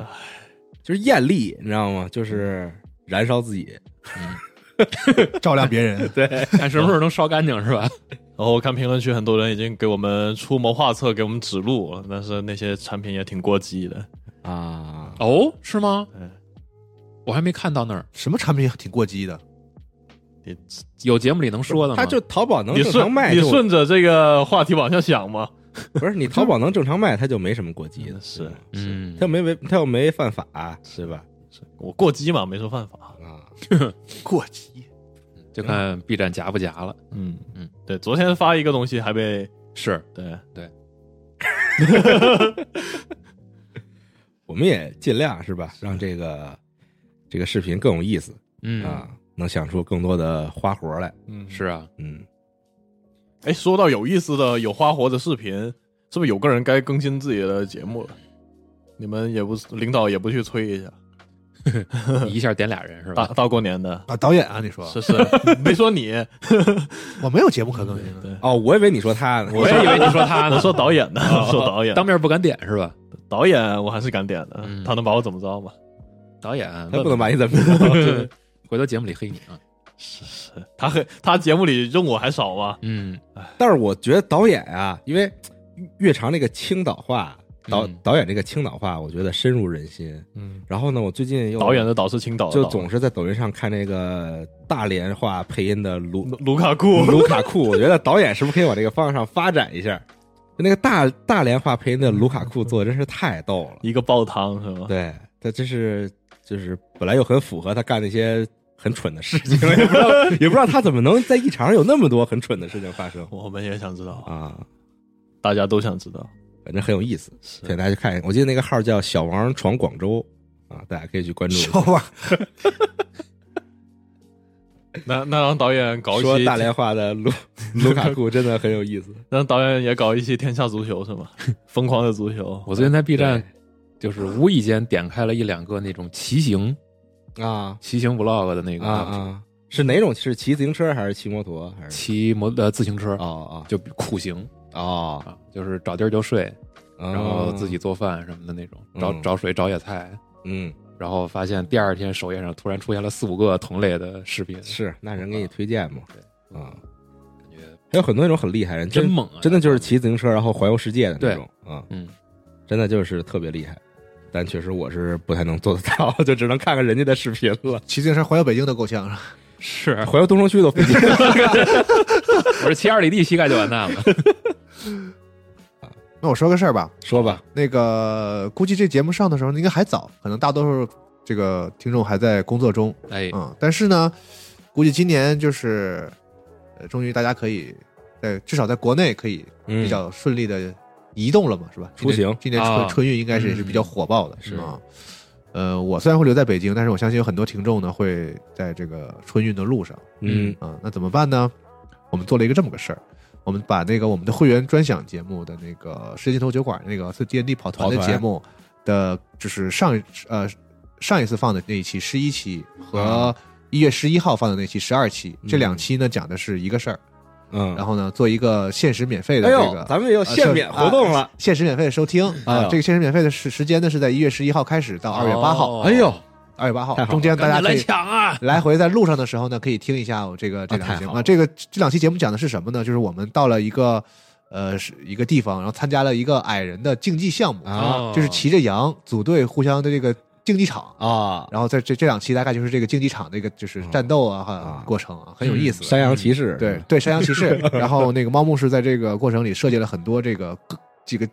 Speaker 4: 就是艳丽，你知道吗？就是燃烧自己。
Speaker 6: 照亮 别人。
Speaker 5: 看什么时候能烧干净是吧？
Speaker 7: 然后我看评论区很多人已经给我们出谋划策，给我们指路，但是那些产品也挺过激的。
Speaker 4: 啊，
Speaker 5: 哦，是吗
Speaker 7: 嗯？
Speaker 5: 我还没看到那儿，
Speaker 6: 什么产品挺过激的？
Speaker 7: 你
Speaker 5: 有节目里能说的吗？
Speaker 4: 他就淘宝能
Speaker 7: 你
Speaker 4: 正常
Speaker 7: 顺
Speaker 4: 卖
Speaker 7: 你
Speaker 4: 就，
Speaker 7: 顺着这个话题往下想嘛，
Speaker 4: 不是你淘宝能正常卖，他就没什么过激的，
Speaker 7: 是
Speaker 5: 嗯
Speaker 4: 他，又没违，他又没犯法，是吧？
Speaker 7: 我过激嘛，没说犯法。
Speaker 4: 啊，
Speaker 6: 过激？
Speaker 5: 就看 B 站夹不夹了。
Speaker 7: 嗯
Speaker 5: 嗯
Speaker 7: 嗯，对，昨天发一个东西还被
Speaker 5: 是，
Speaker 7: 对
Speaker 4: 我们也尽量是吧，让这个这个视频更有意思
Speaker 5: 嗯，
Speaker 4: 啊，能想出更多的花活来。
Speaker 7: 嗯
Speaker 5: 是啊，
Speaker 4: 嗯，
Speaker 7: 哎，说到有意思的、有花活的视频，是不是有个人该更新自己的节目了？你们也不领导也不去催一下，
Speaker 5: 一下点俩人是
Speaker 7: 大
Speaker 5: 吧？哦
Speaker 7: 大过年的，
Speaker 6: 啊，导演啊，你说
Speaker 7: 是是，没说你，
Speaker 6: 我没有节目可更新了。
Speaker 7: 对，
Speaker 4: 哦，我以为你说他呢，
Speaker 5: 我也以为你说他
Speaker 7: 我
Speaker 5: 呢，
Speaker 7: 说导演的，说导演，
Speaker 5: 当面不敢点是吧？
Speaker 7: 导演我还是敢点的
Speaker 5: 嗯，
Speaker 7: 他能把我怎么着吗？
Speaker 5: 导演
Speaker 4: 他不能把你怎么
Speaker 5: 问
Speaker 4: 着。
Speaker 5: 问回头节目里黑你啊。
Speaker 7: 他很他节目里任务还少吗？
Speaker 5: 嗯，
Speaker 4: 但是我觉得导演啊，因为越长那个青岛话，导、
Speaker 5: 嗯
Speaker 4: 导演这个青岛话，我觉得深入人心。
Speaker 7: 嗯，
Speaker 4: 然后呢，我最近又
Speaker 7: 导演的导是青岛的导，
Speaker 4: 就总是在抖音上看那个大连话配音的卢
Speaker 7: 卢卢卡库，
Speaker 4: 卢卡库，我觉得导演是不是可以往这个方向上发展一下？就那个大大连话配音的卢卡库做的真是太逗 了，
Speaker 7: 一个煲汤是吗？
Speaker 4: 对他真是就是本来又很符合他干那些很蠢的事情，也不知道也不知道他怎么能在一场上有那么多很蠢的事情发生
Speaker 7: 我们也想知道，
Speaker 4: 啊。
Speaker 7: 大家都想知道，
Speaker 4: 反正很有意思，
Speaker 7: 是
Speaker 4: 推大家去看一看。我记得那个号叫“小王闯广州”啊，大家可以去关注一下。
Speaker 6: 小王，
Speaker 7: 那那让导演搞一
Speaker 4: 说
Speaker 7: 期
Speaker 4: 大连话的 卢卢卡库真的很有意思，
Speaker 7: 让导演也搞一期天下足球是 吗？疯狂的足球，
Speaker 5: 我最近在 B 站就是无意间点开了一两个那种骑行
Speaker 4: 啊
Speaker 5: 骑行 vlog 的那个
Speaker 4: 啊啊！是哪种？是骑自行车还是骑摩托？还是
Speaker 5: 骑摩呃自行车
Speaker 4: 哦哦
Speaker 5: 就苦行
Speaker 4: 哦，
Speaker 5: 啊，就是找地儿就睡，
Speaker 4: 然
Speaker 5: 然后自己做饭什么的那种，找
Speaker 4: 哦嗯
Speaker 5: 找水找野菜，
Speaker 4: 嗯
Speaker 5: 然后发现第二天首页上突然出现了四五个同类的视频，
Speaker 4: 是那人给你推荐嘛？
Speaker 5: 对
Speaker 4: 啊，
Speaker 5: 感觉
Speaker 4: 还有很多那种很厉害人，
Speaker 5: 真
Speaker 4: 真
Speaker 5: 猛啊！
Speaker 4: 真的就是骑自行车然后环游世界的那种啊，
Speaker 5: 嗯，
Speaker 4: 真的就是特别厉害。但确实我是不太能做得到， 就只能看看人家的视频了。
Speaker 6: 骑自行车环游北京都够呛。啊
Speaker 5: 是，
Speaker 4: 环游东城区都费劲。
Speaker 5: 我是骑二里地膝盖就完蛋了。
Speaker 6: 那我说个事儿吧，
Speaker 4: 说吧，
Speaker 6: 那个估计这节目上的时候应该还早，可能大多数这个听众还在工作中，
Speaker 5: 哎，
Speaker 6: 嗯，但是呢，估计今年就是，呃，终于大家可以在至少在国内可以
Speaker 4: 嗯
Speaker 6: 比较顺利的移动了嘛，是吧？今年
Speaker 4: 出行嗯
Speaker 6: 今年春、
Speaker 5: 啊
Speaker 6: 春运应该是也是比较火爆的，
Speaker 4: 是
Speaker 6: 啊。呃，我虽然会留在北京，但是我相信有很多听众呢会在这个春运的路上
Speaker 4: 嗯
Speaker 6: 啊、那怎么办呢？我们做了一个这么个事儿，我们把那个我们的会员专享节目的那个《世界尽头酒馆》那个是 D N D 跑团的
Speaker 4: 跑团
Speaker 6: 节目的，就是上一呃上一次放的那一期十一期
Speaker 4: 啊
Speaker 6: 和一月十一号放的那期十二期，这两期呢讲的是一个事儿，
Speaker 4: 嗯，
Speaker 6: 然后呢做一个限时免费的
Speaker 4: 哎
Speaker 6: 这
Speaker 4: 呦，
Speaker 6: 个。
Speaker 4: 咱们也有限免活动了，
Speaker 6: 限时免费的收听
Speaker 4: 哎
Speaker 6: 啊
Speaker 4: 呦，
Speaker 6: 这个限时免费的时时间呢是在一月十一号开始到二月八号，
Speaker 5: 哦
Speaker 4: 哎呦，
Speaker 6: 二月八号
Speaker 4: 太好了
Speaker 6: 中间大
Speaker 5: 赶紧
Speaker 6: 家可
Speaker 5: 来
Speaker 6: 以
Speaker 5: 抢啊！
Speaker 6: 来回在路上的时候呢，可以听一下我这个这两
Speaker 4: 太
Speaker 6: 期节目。
Speaker 4: 好了
Speaker 6: 啊、这个这两期节目讲的是什么呢？就是我们到了一个呃是一个地方，然后参加了一个矮人的竞技项目，
Speaker 4: 啊
Speaker 6: 就是骑着羊组队互相的这个竞技场。
Speaker 4: 啊，
Speaker 6: 然后在这这两期大概就是这个竞技场的一个就是战斗啊哈过程啊，很有意思。
Speaker 4: 哦嗯山羊骑士，
Speaker 6: 对对，山羊骑士。然后那个猫牧师在这个过程里设计了很多这个各这个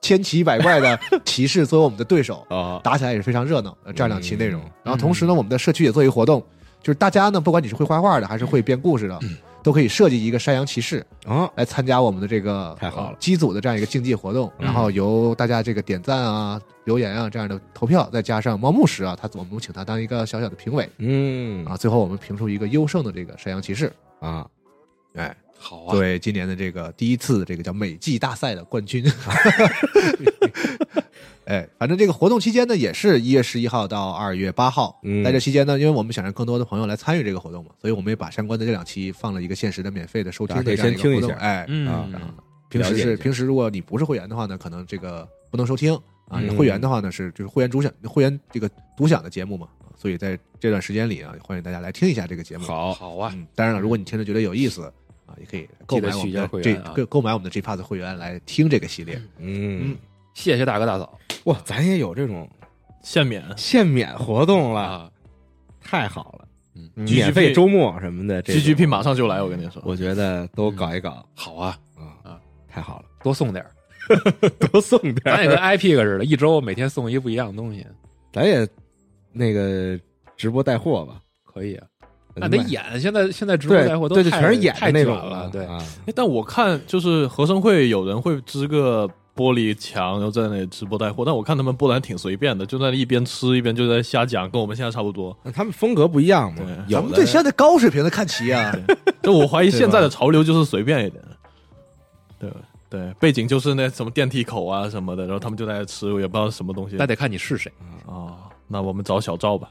Speaker 6: 千奇百 怪的骑士作为我们的对手，
Speaker 4: 啊，
Speaker 6: 打起来也是非常热闹，呃这样两期内容
Speaker 4: 嗯。
Speaker 6: 然后同时呢，我们的社区也做一个活动，就是大家呢，不管你是会画画的还是会编故事的，都可以设计一个山羊骑士
Speaker 4: 嗯啊，
Speaker 6: 来参加我们的这个
Speaker 4: 太好了
Speaker 6: 呃机组的这样一个竞技活动。
Speaker 4: 嗯
Speaker 6: 然后由大家这个点赞啊、留言啊这样的投票，再加上猫牧师啊，他我们请他当一个小小的评委
Speaker 4: 嗯
Speaker 6: 啊，最后我们评出一个优胜的这个山羊骑士，
Speaker 4: 啊，
Speaker 6: 哎，
Speaker 5: 好
Speaker 6: 作
Speaker 5: 啊，
Speaker 6: 为今年的这个第一次这个叫美季大赛的 冠军。哎，反正这个活动期间呢，也是一月十一号到二月八号。
Speaker 4: 嗯
Speaker 6: 在这期间呢，因为我们想让更多的朋友来参与这个活动嘛，所以我们也把相关的这两期放了一个限时的免费的收听
Speaker 4: 大家可
Speaker 6: 的
Speaker 4: 以
Speaker 6: 这样一
Speaker 4: 先
Speaker 6: 个
Speaker 4: 听
Speaker 6: 活
Speaker 4: 一
Speaker 6: 动。
Speaker 4: 下
Speaker 6: 哎，
Speaker 4: 啊
Speaker 5: 嗯，
Speaker 6: 平时
Speaker 4: 了解一
Speaker 6: 是
Speaker 4: 下
Speaker 6: 平时如果你不是会员的话呢，可能这个不能收听啊。
Speaker 4: 嗯
Speaker 6: 会员的话呢是就是会员独享会员这个独享的节目嘛，所以在这段时间里啊，欢迎大家来听一下这个节目。
Speaker 4: 好，
Speaker 5: 好啊，
Speaker 6: 嗯，当然了，如果你听着觉得有意思啊，也可以购买我
Speaker 5: 记得
Speaker 6: 们
Speaker 5: 取消
Speaker 6: 的
Speaker 5: 会
Speaker 6: 这
Speaker 5: 员啊
Speaker 6: 购购买我们的 G Pass 会员来听这个系列。
Speaker 4: 嗯
Speaker 6: 嗯，
Speaker 5: 谢谢大哥大嫂
Speaker 4: 哇，咱也有这种
Speaker 7: 限免
Speaker 4: 限免活动了，
Speaker 5: 啊，
Speaker 4: 太好了，
Speaker 5: 嗯
Speaker 4: 免费周末什么的这种
Speaker 7: ，GGP 马上就来，我跟你说，
Speaker 4: 我觉得都搞一搞
Speaker 5: 好啊，
Speaker 4: 啊
Speaker 5: 啊，
Speaker 4: 太好了，
Speaker 5: 多送点儿，
Speaker 4: 多送点
Speaker 5: 咱也
Speaker 4: 儿，
Speaker 5: 跟 IP 个似的，一周每天送一不一样的东西，
Speaker 4: 咱也那个直播带货吧，
Speaker 5: 可以啊。
Speaker 4: 那
Speaker 5: 那得演，现在现在直播带货都
Speaker 4: 对，对
Speaker 5: 太
Speaker 4: 全是演
Speaker 5: 太
Speaker 4: 的那
Speaker 5: 卷
Speaker 4: 种
Speaker 5: 了，对，
Speaker 4: 啊
Speaker 7: 诶哎但我看就是合生会有人会支个玻璃墙，然后在那里直播带货，但我看他们播的还挺随便的，就在那一边吃一边就在瞎讲，跟我们现在差不多。
Speaker 4: 那他们风格不一样嘛
Speaker 7: 对，
Speaker 4: 有
Speaker 6: 咱们
Speaker 4: 的
Speaker 6: 对现在高水平的看齐啊，
Speaker 7: 就我怀疑现在的潮流就是随便一点，对吧对，背景就是那什么电梯口啊什么的，然后他们就在那吃，我也不知道什么东西。
Speaker 5: 那得看你是谁，
Speaker 7: 哦，那我们找小赵吧，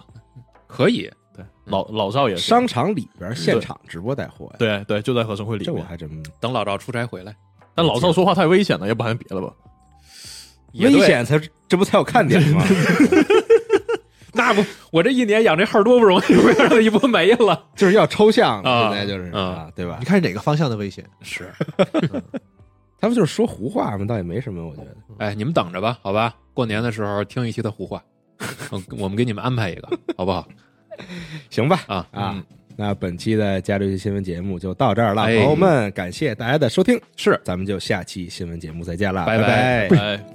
Speaker 5: 可以，
Speaker 7: 对，老老赵也是，
Speaker 4: 嗯商场里边现场直播带货呀，
Speaker 7: 对对，就在合生会里
Speaker 4: 这我
Speaker 7: 面。
Speaker 4: 还真
Speaker 5: 等老赵出差回来，
Speaker 7: 但老赵说话太危险了，要不然别了吧。
Speaker 5: 也
Speaker 4: 危
Speaker 5: 对。
Speaker 4: 险才这不才有看点吗？
Speaker 5: 那不，我这一年养这号多不容易，不要让它一波没了。
Speaker 4: 就是要抽象的，
Speaker 5: 啊
Speaker 4: 现在就是
Speaker 5: 啊
Speaker 4: 啊，对吧
Speaker 6: 你？看是哪个方向的危险？
Speaker 5: 是，
Speaker 4: 他们就是说胡话嘛，倒也没什么，我觉得。
Speaker 5: 哎，你们等着吧，好吧？过年的时候听一期他胡话， 嗯我们给你们安排一个，好不好？
Speaker 4: 行吧，
Speaker 5: 啊
Speaker 4: 啊，那本期的加州新闻节目就到这儿了，
Speaker 5: 哎
Speaker 4: 朋友们，感谢大家的收听，
Speaker 5: 是
Speaker 4: 咱们就下期新闻节目再见了，
Speaker 5: 拜
Speaker 4: 啊拜
Speaker 5: 拜
Speaker 7: 哎。